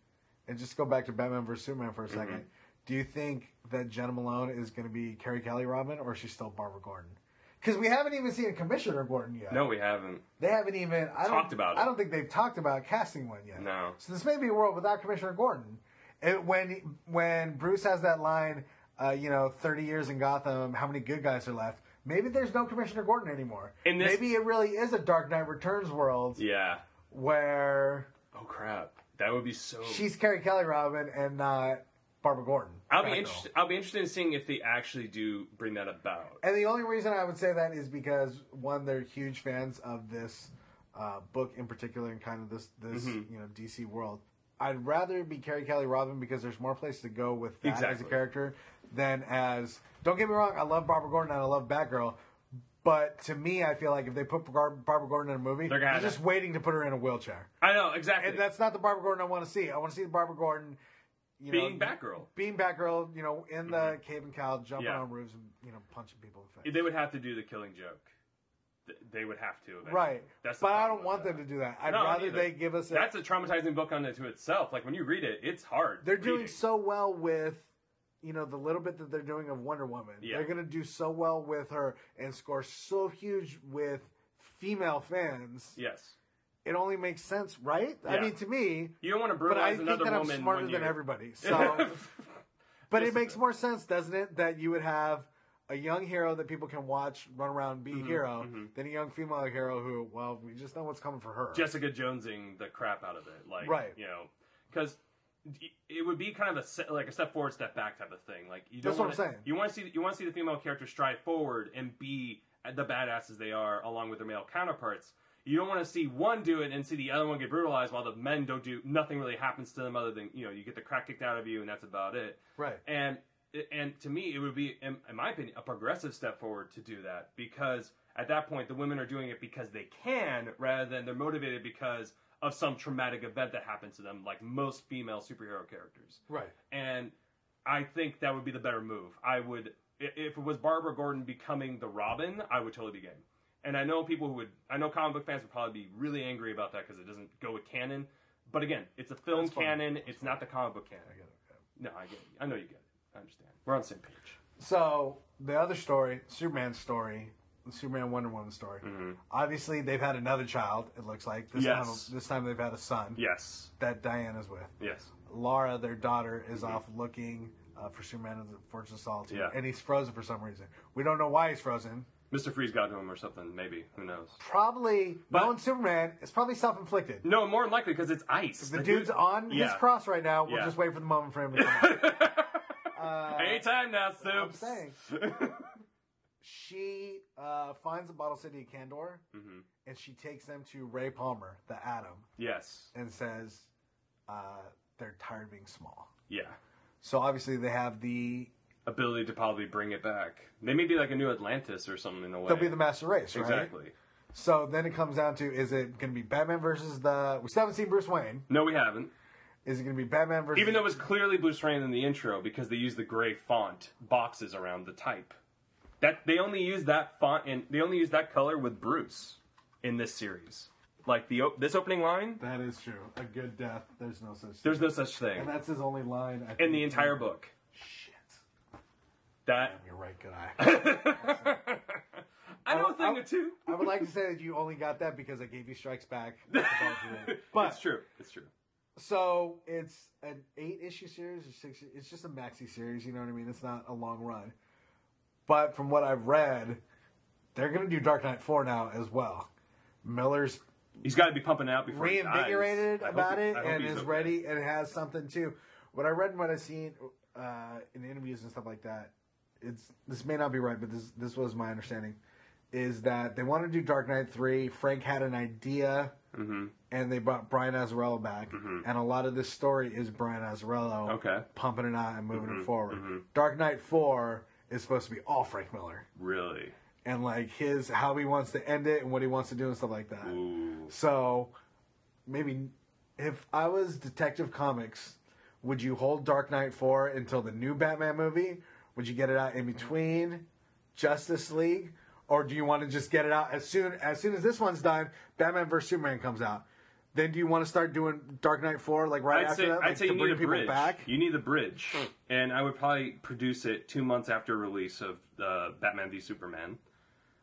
Speaker 2: and just go back to Batman vs Superman for a 2nd
Speaker 3: Mm-hmm.
Speaker 2: Do you think that Jenna Malone is going to be Carrie Kelly Robin, or is she still Barbara Gordon? Because we haven't even seen Commissioner Gordon yet.
Speaker 3: No, we haven't.
Speaker 2: they haven't even I don't,
Speaker 3: Talked about it.
Speaker 2: I don't think they've talked about casting one yet.
Speaker 3: No.
Speaker 2: So this may be a world without Commissioner Gordon. It, when when Bruce has that line, uh, you know, thirty years in Gotham, how many good guys are left? Maybe there's no Commissioner Gordon anymore.
Speaker 3: In this-
Speaker 2: Maybe it really is a Dark Knight Returns world
Speaker 3: Yeah.
Speaker 2: where
Speaker 3: Oh, crap. That would be so.
Speaker 2: she's Carrie Kelly Robin and not Barbara Gordon.
Speaker 3: I'll be
Speaker 2: Batgirl.
Speaker 3: interested. I'll be interested in seeing if they actually do bring that about.
Speaker 2: And the only reason I would say that is because one, they're huge fans of this uh, book in particular, and kind of this this
Speaker 3: Mm-hmm.
Speaker 2: you know DC world. I'd rather it be Carrie Kelly Robin because there's more place to go with that as a
Speaker 3: Exactly.
Speaker 2: character than as. Don't get me wrong, I love Barbara Gordon and I love Batgirl, but to me, I feel like if they put Gar- Barbara Gordon in a movie, they're,
Speaker 3: They're gonna have
Speaker 2: just
Speaker 3: to-
Speaker 2: waiting to put her in a wheelchair,
Speaker 3: I know exactly.
Speaker 2: and that's not the Barbara Gordon I want to see. I want to see the Barbara Gordon. You
Speaker 3: being
Speaker 2: know,
Speaker 3: Batgirl, Mm-hmm.
Speaker 2: being Batgirl, you know, in the cave and cow, jumping
Speaker 3: Yeah.
Speaker 2: on roofs and you know punching people in the face.
Speaker 3: they would have to do the Killing Joke. Th- They would have to. Eventually.
Speaker 2: right,
Speaker 3: That's the
Speaker 2: but I
Speaker 3: problem
Speaker 2: don't
Speaker 3: with
Speaker 2: want
Speaker 3: that.
Speaker 2: them to do that. I'd
Speaker 3: No,
Speaker 2: rather
Speaker 3: neither.
Speaker 2: they give us. A,
Speaker 3: That's a traumatizing book unto itself. Like when you read it, it's hard.
Speaker 2: they're doing
Speaker 3: reading.
Speaker 2: so well with, you know, the little bit that they're doing of Wonder Woman.
Speaker 3: Yeah.
Speaker 2: They're gonna do so well with her and score so huge with female fans.
Speaker 3: Yes,
Speaker 2: It only makes sense, right? I
Speaker 3: Yeah.
Speaker 2: mean, to me.
Speaker 3: you don't want to
Speaker 2: But I
Speaker 3: brutalize
Speaker 2: think
Speaker 3: another
Speaker 2: that I'm
Speaker 3: woman.
Speaker 2: smarter
Speaker 3: when
Speaker 2: than
Speaker 3: you- [LAUGHS]
Speaker 2: everybody. So But it
Speaker 3: Just a
Speaker 2: makes
Speaker 3: bit.
Speaker 2: more sense, doesn't it, that you would have a young hero that people can watch run around and be a hero than a young female hero who, well, we just know what's coming for her.
Speaker 3: Jessica Jonesing the crap out of it. Like,
Speaker 2: Right.
Speaker 3: you know, because it would be kind of a se- like a step forward, step back type of thing. Like you don't
Speaker 2: That's what
Speaker 3: want
Speaker 2: I'm saying.
Speaker 3: you want to see you want to see the female characters strive forward and be the badasses they are, along with their male counterparts. You don't want to see one do it and see the other one get brutalized, while the men don't do nothing. Really happens to them other than you know you get the crap kicked out of you, and that's about it.
Speaker 2: Right.
Speaker 3: And and to me, it would be, in, in my opinion, a progressive step forward to do that because at that point, the women are doing it because they can, rather than they're motivated because of some traumatic event that happened to them, like most female superhero characters.
Speaker 2: Right.
Speaker 3: And I think that would be the better move. I would, i- if it was Barbara Gordon becoming the Robin, I would totally be game. And I know people who would, I know comic book fans would probably be really angry about that because it doesn't go with canon. But again, it's a film
Speaker 2: That's fine.
Speaker 3: canon. It's not the comic book canon. No, I get. It. I know you get it. I understand. We're on the same page.
Speaker 2: So the other story, Superman's story, the Superman Wonder Woman story. Obviously, they've had another child. It looks like this
Speaker 3: Yes.
Speaker 2: time. This time they've had a son
Speaker 3: Yes.
Speaker 2: that Diana's with.
Speaker 3: Yes.
Speaker 2: Lara, their daughter, is off looking uh, for Superman in the Fortress of Solitude,
Speaker 3: Yeah.
Speaker 2: and he's frozen for some reason. We don't know why he's frozen.
Speaker 3: Mr. Freeze got to him or something. Maybe. Who knows?
Speaker 2: Probably
Speaker 3: But-
Speaker 2: knowing Superman, it's probably self-inflicted.
Speaker 3: No, more than likely because it's ice.
Speaker 2: The
Speaker 3: [LAUGHS]
Speaker 2: dude's [LAUGHS] on his cross right now. We'll
Speaker 3: Yeah.
Speaker 2: just wait for the moment for him to come out.
Speaker 3: [LAUGHS]
Speaker 2: Uh,
Speaker 3: Anytime now,
Speaker 2: I'm
Speaker 3: Soups.
Speaker 2: saying. She uh, finds the Bottle City of Candor,
Speaker 3: Mm-hmm.
Speaker 2: and she takes them to Ray Palmer, the Atom,
Speaker 3: [LAUGHS] yes.
Speaker 2: and says uh, they're tired of being small.
Speaker 3: Yeah.
Speaker 2: So obviously they have the
Speaker 3: Ability to probably bring it back. They may be like a new Atlantis or something in a way.
Speaker 2: they'll be the master race, right?
Speaker 3: Exactly.
Speaker 2: So then it comes down to is it going to be Batman versus the we still haven't seen Bruce Wayne?
Speaker 3: No, we haven't.
Speaker 2: Is it going to be Batman versus
Speaker 3: Even though it was clearly Bruce Wayne in the intro because they used the gray font boxes around the type. That they only use that font and they only use that color with Bruce. in this series. Like the op- this opening line,
Speaker 2: That is true. A good death. There's no such.
Speaker 3: there's
Speaker 2: thing.
Speaker 3: no such
Speaker 2: And
Speaker 3: thing
Speaker 2: that's his only line. I
Speaker 3: in
Speaker 2: think.
Speaker 3: the entire book.
Speaker 2: Shit.
Speaker 3: That [LAUGHS]
Speaker 2: You're right. Good eye.
Speaker 3: I know a
Speaker 2: I'll-
Speaker 3: thing
Speaker 2: I'll-
Speaker 3: or two.
Speaker 2: I would like to say that you only got that because I gave you strikes
Speaker 3: [LAUGHS]
Speaker 2: back. But
Speaker 3: it's true. It's true.
Speaker 2: so it's an eight issue series or six. It's just a maxi series. You know what I mean? It's not a long run. But from what I've read, they're going to do Dark Knight Four now as well. Miller's
Speaker 3: He's got to be pumping out before he dies.
Speaker 2: reinvigorated
Speaker 3: I hope
Speaker 2: about
Speaker 3: he-
Speaker 2: it
Speaker 3: I hope
Speaker 2: and
Speaker 3: he's
Speaker 2: is
Speaker 3: okay.
Speaker 2: ready and has something too. What I read and what I've seen uh, in interviews and stuff like that, it's this may not be right, but this this was my understanding, is that they wanted to do Dark Knight three. Frank had an idea,
Speaker 3: Mm-hmm.
Speaker 2: and they brought Brian Azarello back, and a lot of this story is Brian Azarello
Speaker 3: Okay. Mm-hmm.
Speaker 2: pumping it out and moving it forward. Dark Knight four is supposed to be all Frank Miller
Speaker 3: Really?
Speaker 2: and like his how he wants to end it and what he wants to do and stuff like that.
Speaker 3: Ooh.
Speaker 2: So maybe if I was Detective Comics, would you hold Dark Knight 4 until the new Batman movie? Would you get it out in between Justice League? Or do you want to just get it out as soon as soon as this one's done, Batman vs Superman comes out? Then do you want to start doing Dark Knight 4 like right
Speaker 3: I'd
Speaker 2: after
Speaker 3: say,
Speaker 2: that? Like
Speaker 3: I'd say
Speaker 2: to
Speaker 3: you need
Speaker 2: bring
Speaker 3: a
Speaker 2: people
Speaker 3: bridge.
Speaker 2: back? Hmm.
Speaker 3: You need the bridge, and I would probably produce it two months after release of uh, Batman v Superman.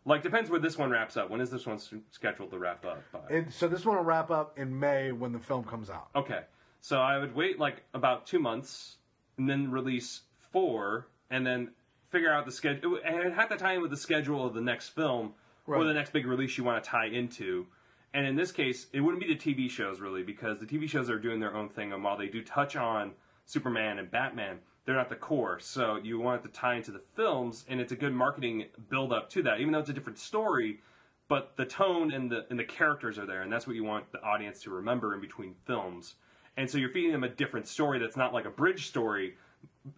Speaker 3: Like depends where this one wraps up. When is this one s- scheduled to wrap up? By?
Speaker 2: And so this one will wrap up in May when the film comes out.
Speaker 3: okay, so I would wait like about two months, and then release four, and then figure out the schedule. And it'd have to tie in with the schedule of the next film or
Speaker 2: Right.
Speaker 3: the next big release you want to tie into. And in this case, it wouldn't be the TV shows really, because the TV shows are doing their own thing, and while they do touch on Superman and Batman, they're not the core. So you want it to tie into the films, and it's a good marketing build up to that, even though it's a different story. But the tone and the and the characters are there, and that's what you want the audience to remember in between films. And so you're feeding them a different story that's not like a bridge story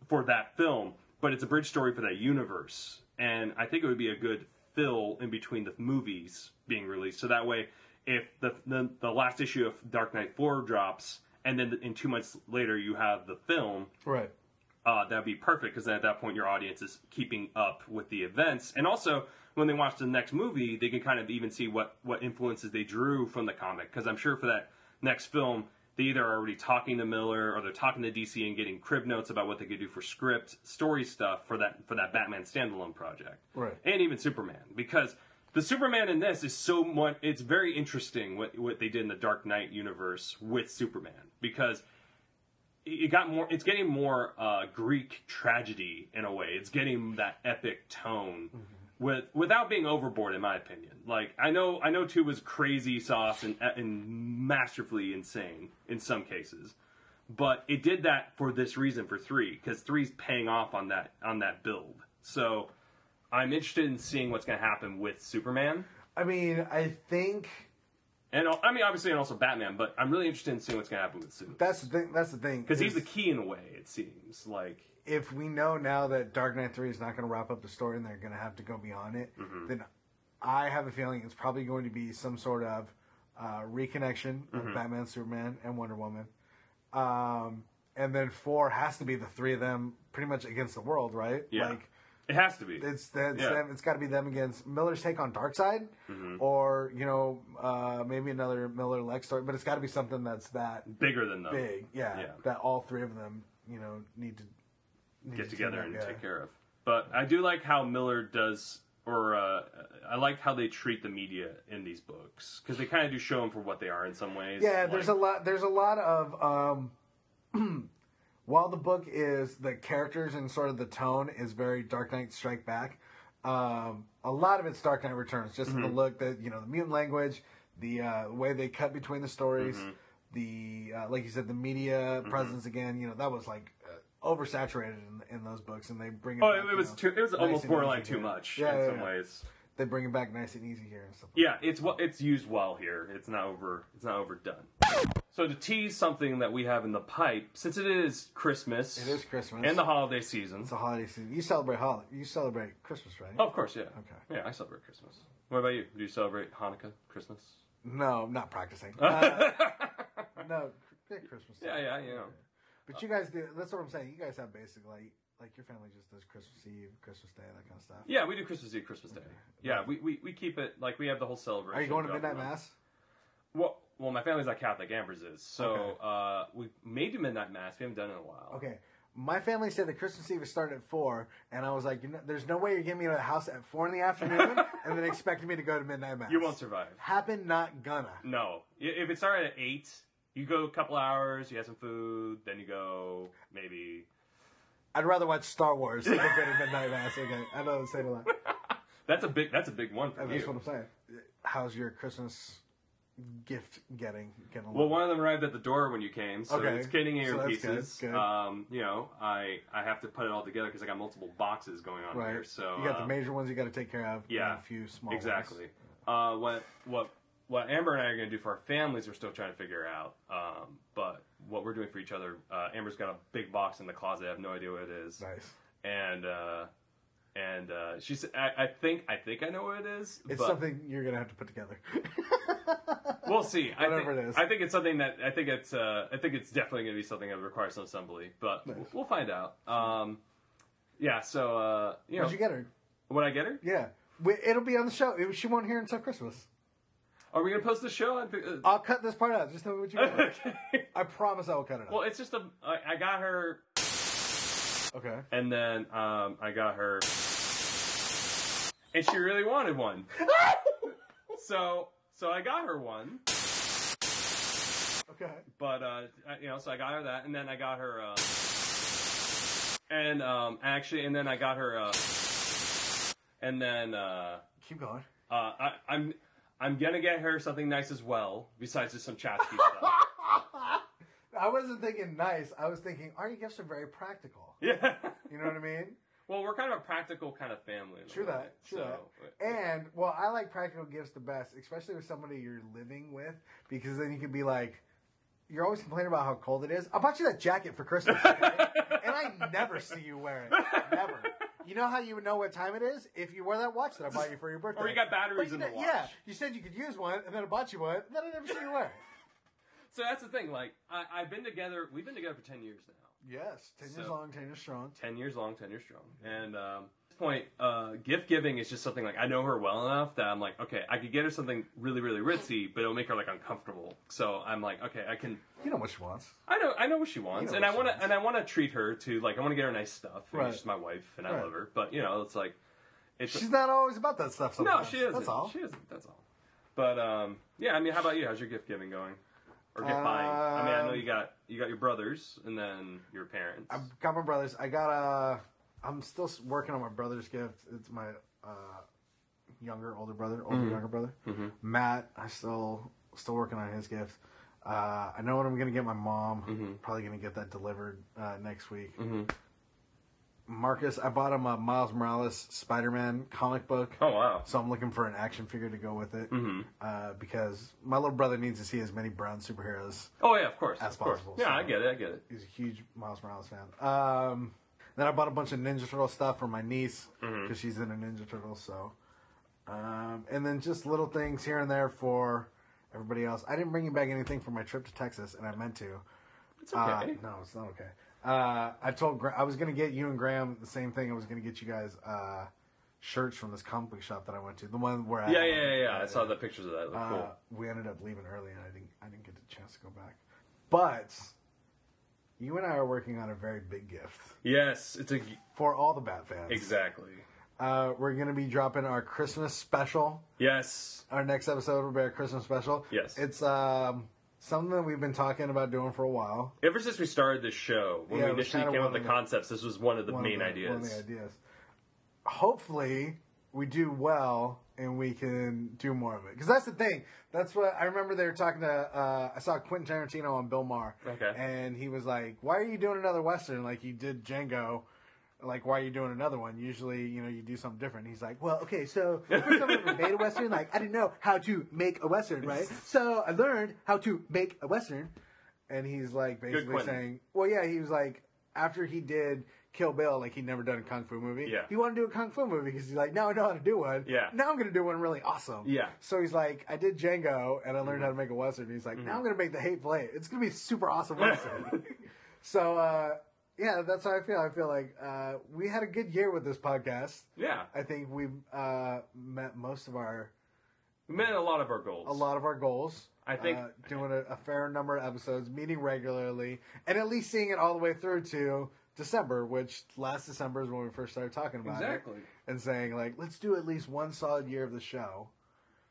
Speaker 3: for that film, but it's a bridge story for that universe. And I think it would be a good fill in between the movies being released. So that way, if the the, the last issue of Dark Knight Four drops, and then in two months later you have the film,
Speaker 2: Right.
Speaker 3: uh, that'd be perfect because then at that point your audience is keeping up with the events, and also when they watch the next movie, they can kind of even see what what influences they drew from the comic. Because I'm sure for that next film, they either are already talking to Miller or they're talking to DC and getting crib notes about what they could do for script story stuff for that for that Batman standalone project,
Speaker 2: Right.
Speaker 3: And even Superman because. The Superman in this is so much. It's very interesting what what they did in the Dark Knight universe with Superman because it got more it's getting more uh, greek tragedy in a way it's getting that epic tone with without being overboard in my opinion like i know i know two was crazy sauce and, uh, and masterfully insane in some cases but it did that for this reason for three because three's paying off on that on that build so i'm interested in seeing what's going to happen with superman
Speaker 2: I mean, I think
Speaker 3: and al- i mean obviously and also batman but i'm really interested in seeing what's going to happen with superman
Speaker 2: That's the thing. That's the thing.
Speaker 3: because he's
Speaker 2: is
Speaker 3: the key in a way it seems like
Speaker 2: if we know now that Dark Knight Three is not going to wrap up the story and they're going to have to go beyond it,
Speaker 3: Mm-hmm.
Speaker 2: then I have a feeling it's probably going to be some sort of uh, reconnection
Speaker 3: Mm-hmm.
Speaker 2: of Batman, Superman, and Wonder Woman. Um, and then four has to be the three of them pretty much against the world, right?
Speaker 3: Yeah.
Speaker 2: Like
Speaker 3: it has to be.
Speaker 2: it's that's
Speaker 3: Yeah. Mm-hmm.
Speaker 2: them. It's got to be them against Miller's take on Darkseid, or you know uh, maybe another Miller Lex story. But it's got to be something that's that
Speaker 3: bigger than them.
Speaker 2: big, yeah,
Speaker 3: Yeah.
Speaker 2: That all three of them, you know, need to need to
Speaker 3: Get together
Speaker 2: team
Speaker 3: and
Speaker 2: up, yeah.
Speaker 3: take care of. But I do like how Miller does, or uh, I like how they treat the media in these books because they kind of do show them for what they are in some ways.
Speaker 2: Yeah, there's a
Speaker 3: Like,
Speaker 2: lot. There's a lot of um, [CLEARS THROAT] while the book is the characters and sort of the tone is very Dark Knight Strike Back. Um, a lot of it's Dark Knight Returns, just
Speaker 3: Mm-hmm.
Speaker 2: the look that you know the mutant language, the uh, way they cut between the stories,
Speaker 3: Mm-hmm.
Speaker 2: the uh, like you said the media presence again. You know that was like. Uh, Oversaturated in, in those books, and they bring it.
Speaker 3: Oh,
Speaker 2: back,
Speaker 3: it, it
Speaker 2: you
Speaker 3: was
Speaker 2: know,
Speaker 3: too. It was
Speaker 2: nice
Speaker 3: almost
Speaker 2: and
Speaker 3: borderline
Speaker 2: easy
Speaker 3: too
Speaker 2: here.
Speaker 3: much
Speaker 2: Yeah,
Speaker 3: in
Speaker 2: yeah,
Speaker 3: some
Speaker 2: yeah.
Speaker 3: ways.
Speaker 2: They bring it back nice and easy here and stuff. like
Speaker 3: Yeah, it's wa- it's used well here. It's not over. It's not overdone. So to tease something that we have in the pipe, since it is Christmas,
Speaker 2: It is Christmas.
Speaker 3: and the holiday season.
Speaker 2: It's a holiday season. You celebrate hol- You celebrate Christmas, right?
Speaker 3: Oh, of course, yeah.
Speaker 2: Okay.
Speaker 3: Yeah, I celebrate Christmas. What about you? Do you celebrate Hanukkah, Christmas?
Speaker 2: No, I'm not
Speaker 3: [LAUGHS]
Speaker 2: practicing. Uh, no, yeah, Christmas.
Speaker 3: Yeah, yeah, yeah.
Speaker 2: But you guys do. That's what I'm saying. You guys have basic like Like your family just does Christmas Eve, Christmas Day, that kind of stuff.
Speaker 3: Yeah, we do Christmas Eve, Christmas Day. Yeah, we, we, we keep it like we have the whole celebration.
Speaker 2: Are you going to
Speaker 3: throughout the
Speaker 2: midnight
Speaker 3: month.
Speaker 2: mass?
Speaker 3: Well, well, my family's not Catholic. Amber's is. So
Speaker 2: Okay.
Speaker 3: uh, we made do midnight mass. We haven't done it in a while.
Speaker 2: Okay. My family said that Christmas Eve is starting at four, and I was like, you know, "There's no way you're getting me to the house at four in the
Speaker 3: [LAUGHS]
Speaker 2: afternoon, and then expecting me to go to midnight mass."
Speaker 3: You won't survive.
Speaker 2: Happen, not gonna.
Speaker 3: No, I- if it started at eight, you go a couple hours. You have some food, then you go maybe.
Speaker 2: I'd rather watch Star Wars than go to midnight mass. Okay, I know I'm saying a lot.
Speaker 3: That's a big. That's a big one for
Speaker 2: That's what
Speaker 3: you.
Speaker 2: I'm saying. How's your Christmas gift getting? Getting along?
Speaker 3: Well, one of them arrived at the door when you came, so
Speaker 2: Okay.
Speaker 3: it's getting in
Speaker 2: So
Speaker 3: your
Speaker 2: that's good,
Speaker 3: pieces.
Speaker 2: good.
Speaker 3: Um, you know, I I have to put it all together because I got multiple boxes going on
Speaker 2: right.
Speaker 3: here. So
Speaker 2: you got the
Speaker 3: uh,
Speaker 2: major ones you got to take care of.
Speaker 3: yeah,
Speaker 2: and a few small. ones.
Speaker 3: Exactly. Uh, what what what Amber and I are going to do for our families, we're still trying to figure out. Um, but what we're doing for each other, uh, Amber's got a big box in the closet. I have no idea what it is,
Speaker 2: Nice.
Speaker 3: and uh, and uh, she's. I, I think I think I know what it is.
Speaker 2: It's
Speaker 3: but
Speaker 2: something you're gonna have to put
Speaker 3: [LAUGHS]
Speaker 2: together.
Speaker 3: We'll see. I
Speaker 2: Whatever
Speaker 3: think,
Speaker 2: it is.
Speaker 3: I think it's something that I think it's. Uh, I think it's definitely going to be something that requires some assembly, but
Speaker 2: Nice.
Speaker 3: we'll, we'll find out. Um, yeah. So uh, you know,
Speaker 2: Where'd you get her?
Speaker 3: when I get her,
Speaker 2: Yeah, we, it'll be on the show. It, she won't hear until Christmas.
Speaker 3: are we going to post the show? On,
Speaker 2: I'll cut this part out. Just tell me what you got.
Speaker 3: [LAUGHS] okay.
Speaker 2: I promise I will cut it out.
Speaker 3: Well, it's just a. I, I got her,
Speaker 2: okay.
Speaker 3: [LAUGHS] and then um, I got her, and she really
Speaker 2: [LAUGHS]
Speaker 3: wanted one. so, so I got her one,
Speaker 2: Okay.
Speaker 3: but uh, I- you know, so I got her that, and then I got her, uh, and um, actually, and then I got her, uh, and then uh,
Speaker 2: Keep
Speaker 3: [LAUGHS]
Speaker 2: going.
Speaker 3: uh, I, I'm. I'm gonna get her something nice as well, besides just some
Speaker 2: [LAUGHS]
Speaker 3: tchotchke stuff.
Speaker 2: I wasn't thinking nice. I was thinking our gifts are very practical.
Speaker 3: Yeah.
Speaker 2: You know what I mean?
Speaker 3: Well, we're kind of a practical kind of family. in a
Speaker 2: True
Speaker 3: way,
Speaker 2: that. True
Speaker 3: so-
Speaker 2: that. And well, I like practical gifts the best, especially with somebody you're living with, because then you can be like, you're always complaining about how cold it is. I bought you that jacket for Christmas,
Speaker 3: [LAUGHS]
Speaker 2: okay? and I never see you wear it. Never. You know how you would know what time it is if you wore that watch that I bought you for your birthday.
Speaker 3: Or you got batteries
Speaker 2: But you
Speaker 3: in the
Speaker 2: know-
Speaker 3: watch.
Speaker 2: Yeah, you said you could use one, and then I bought you one, and then I never see you wear it.
Speaker 3: So that's the thing. Like I, I've been together. We've been together for ten years now.
Speaker 2: Yes, ten years
Speaker 3: So-
Speaker 2: long, ten years strong.
Speaker 3: Ten years long. Ten years strong. And um, at this point, uh, gift giving is just something like I know her well enough that I'm like, okay, I could get her something really, really ritzy, but it'll make her like uncomfortable. So I'm like, okay, I can.
Speaker 2: You know what she wants.
Speaker 3: I know. I know what she wants,
Speaker 2: know
Speaker 3: and
Speaker 2: what
Speaker 3: I
Speaker 2: she
Speaker 3: want to.
Speaker 2: wants.
Speaker 3: And I want to treat her to like. I want to get her nice stuff. And
Speaker 2: Right.
Speaker 3: She's my wife, and I
Speaker 2: Right.
Speaker 3: love her. But you know, it's like, it's
Speaker 2: She's not always about that stuff.
Speaker 3: no,
Speaker 2: Sometimes.
Speaker 3: she isn't.
Speaker 2: That's all.
Speaker 3: She isn't. That's all. But um, yeah. I mean, how about you? How's your gift giving going? Or gift buying? I mean, I know
Speaker 2: Um,
Speaker 3: you got you got your brothers and then your parents.
Speaker 2: I got my brothers. I got a. I'm still s- working on my brother's gift. It's my uh, younger, older brother, older, younger brother, Matt. I still still working on his gift. Uh, I know what I'm gonna get my mom. Probably gonna get that delivered uh, next week. Marcus, I bought him a Miles Morales Spider-Man comic book.
Speaker 3: oh Mm-hmm. wow.
Speaker 2: So I'm looking for an action figure to go with it uh, because my little brother needs to see as many brown superheroes
Speaker 3: Oh yeah, of course.
Speaker 2: As
Speaker 3: of course.
Speaker 2: possible,
Speaker 3: Yeah,
Speaker 2: so-
Speaker 3: I get it. I get it.
Speaker 2: he's a huge Miles Morales fan. Um, then I bought a bunch of Ninja Turtle stuff for my niece because
Speaker 3: Mm-hmm.
Speaker 2: she's into Ninja Turtles. So, um, and then just little things here and there for everybody else. I didn't bring you back anything for my trip to Texas, and I meant to.
Speaker 3: It's okay.
Speaker 2: Uh, no, it's not okay. Uh, I told Gra- I was gonna get you and Graham the same thing. I was gonna get you guys uh, shirts from this comic book shop that I went to, the one where I
Speaker 3: yeah, yeah, yeah, yeah. I saw the pictures of that. It looked
Speaker 2: uh,
Speaker 3: Oh, cool.
Speaker 2: we ended up leaving early, and I didn't I didn't get the chance to go back. But you and I are working on a very big gift
Speaker 3: Yes, it's a g-
Speaker 2: for all the Bat fans.
Speaker 3: exactly.
Speaker 2: Uh, we're gonna be dropping our Christmas special.
Speaker 3: Yes.
Speaker 2: Our next episode will be our Christmas special.
Speaker 3: Yes.
Speaker 2: it's um something that we've been talking about doing for a while.
Speaker 3: Ever since we started this show, when
Speaker 2: Yeah,
Speaker 3: we
Speaker 2: it was
Speaker 3: initially
Speaker 2: kinda
Speaker 3: came up
Speaker 2: one
Speaker 3: with
Speaker 2: of
Speaker 3: the
Speaker 2: the-
Speaker 3: concepts, this was one of the
Speaker 2: One of
Speaker 3: main
Speaker 2: the-
Speaker 3: ideas.
Speaker 2: One of the ideas. Hopefully, we do well and we can do more of it. Because that's the thing. That's what I remember. They were talking to. Uh, I saw Quentin Tarantino on Bill Maher.
Speaker 3: Okay.
Speaker 2: And he was like, "Why are you doing another western? Like you did Django." Like, why are you doing another one? Usually, you know, you do something different. He's like, well, okay, so first I ever
Speaker 3: [LAUGHS]
Speaker 2: made a Western, like, I didn't know how to make a Western, right? So I learned how to make a Western. And he's like, basically
Speaker 3: Quentin.
Speaker 2: saying, well, yeah, he was like after he did Kill Bill, like he'd never done a kung fu movie.
Speaker 3: Yeah.
Speaker 2: he wanted to do a kung fu movie because he's like, now I know how to do one.
Speaker 3: Yeah.
Speaker 2: now I'm gonna do one really awesome.
Speaker 3: Yeah. Mm-hmm.
Speaker 2: so he's like, I did Django and I learned how to make a
Speaker 3: [LAUGHS]
Speaker 2: western. He's like, now I'm gonna make the Hateful Eight. It's gonna be a super awesome western. so uh, yeah, that's how I feel. I feel like uh, we had a good year with this podcast.
Speaker 3: Yeah,
Speaker 2: I think we uh, met most of our
Speaker 3: we met a lot of our goals.
Speaker 2: a lot of our goals.
Speaker 3: I think-
Speaker 2: uh, doing a, a fair number of episodes, meeting regularly, and at least seeing it all the way through to December, which last December is when we first started talking about it,
Speaker 3: exactly.
Speaker 2: and saying like, let's do at least one solid year of the show.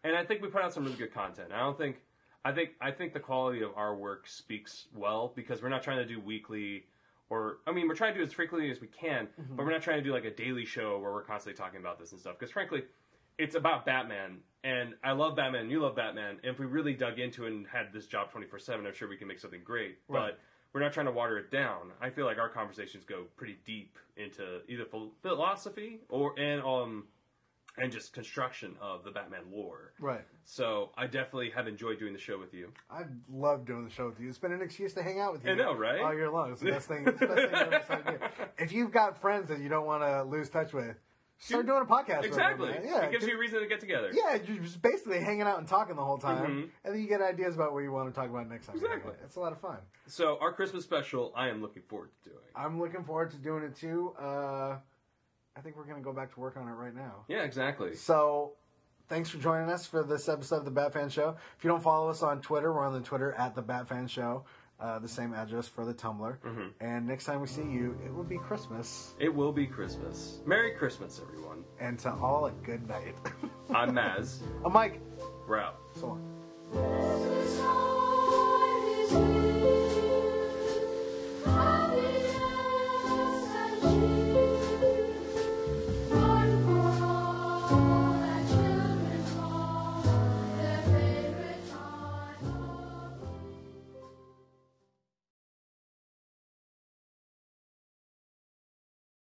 Speaker 3: And I think we put out some really good content. I don't think, I think, I think the quality of our work speaks well because we're not trying to do weekly, or I mean, we're trying to do as frequently as we can, but we're not trying to do like a daily show where we're constantly talking about this and stuff. Because frankly, it's about Batman, and I love Batman. You love Batman. And if we really dug into it and had this job twenty four seven, I'm sure we can make something great.
Speaker 2: Right.
Speaker 3: But we're not trying to water it down. I feel like our conversations go pretty deep into either phil- philosophy or and um and just construction of the Batman lore.
Speaker 2: Right.
Speaker 3: So I definitely have enjoyed doing the show with you.
Speaker 2: I love doing the show with you. It's been an excuse to hang out with you.
Speaker 3: I know, right?
Speaker 2: All year long. It's the best thing. It's the best thing I've ever
Speaker 3: [LAUGHS]
Speaker 2: started doing. If you've got friends that you don't want to lose touch with, start doing a podcast. with them,
Speaker 3: Exactly.
Speaker 2: man. Yeah.
Speaker 3: it gives
Speaker 2: could-
Speaker 3: you a reason to get together.
Speaker 2: yeah, you're just basically hanging out and talking the whole time,
Speaker 3: Mhm.
Speaker 2: and then you get ideas about what you want to talk about next time.
Speaker 3: Exactly.
Speaker 2: It's a lot of fun.
Speaker 3: So our Christmas special, I am looking forward to doing.
Speaker 2: I'm looking forward to doing it too. Uh, I think we're gonna go back to work on it right now.
Speaker 3: Yeah, exactly.
Speaker 2: So, thanks for joining us for this episode of the Batfan Show. If you don't follow us on Twitter, we're on the Twitter at the Batfan Show, uh, the same address for the Tumblr. And next time we see you, it will be Christmas.
Speaker 3: It will be Christmas. Merry Christmas, everyone.
Speaker 2: And to all, a good night. [LAUGHS]
Speaker 3: I'm Maz.
Speaker 2: I'm Mike.
Speaker 3: We're out.
Speaker 2: So long.
Speaker 6: Thank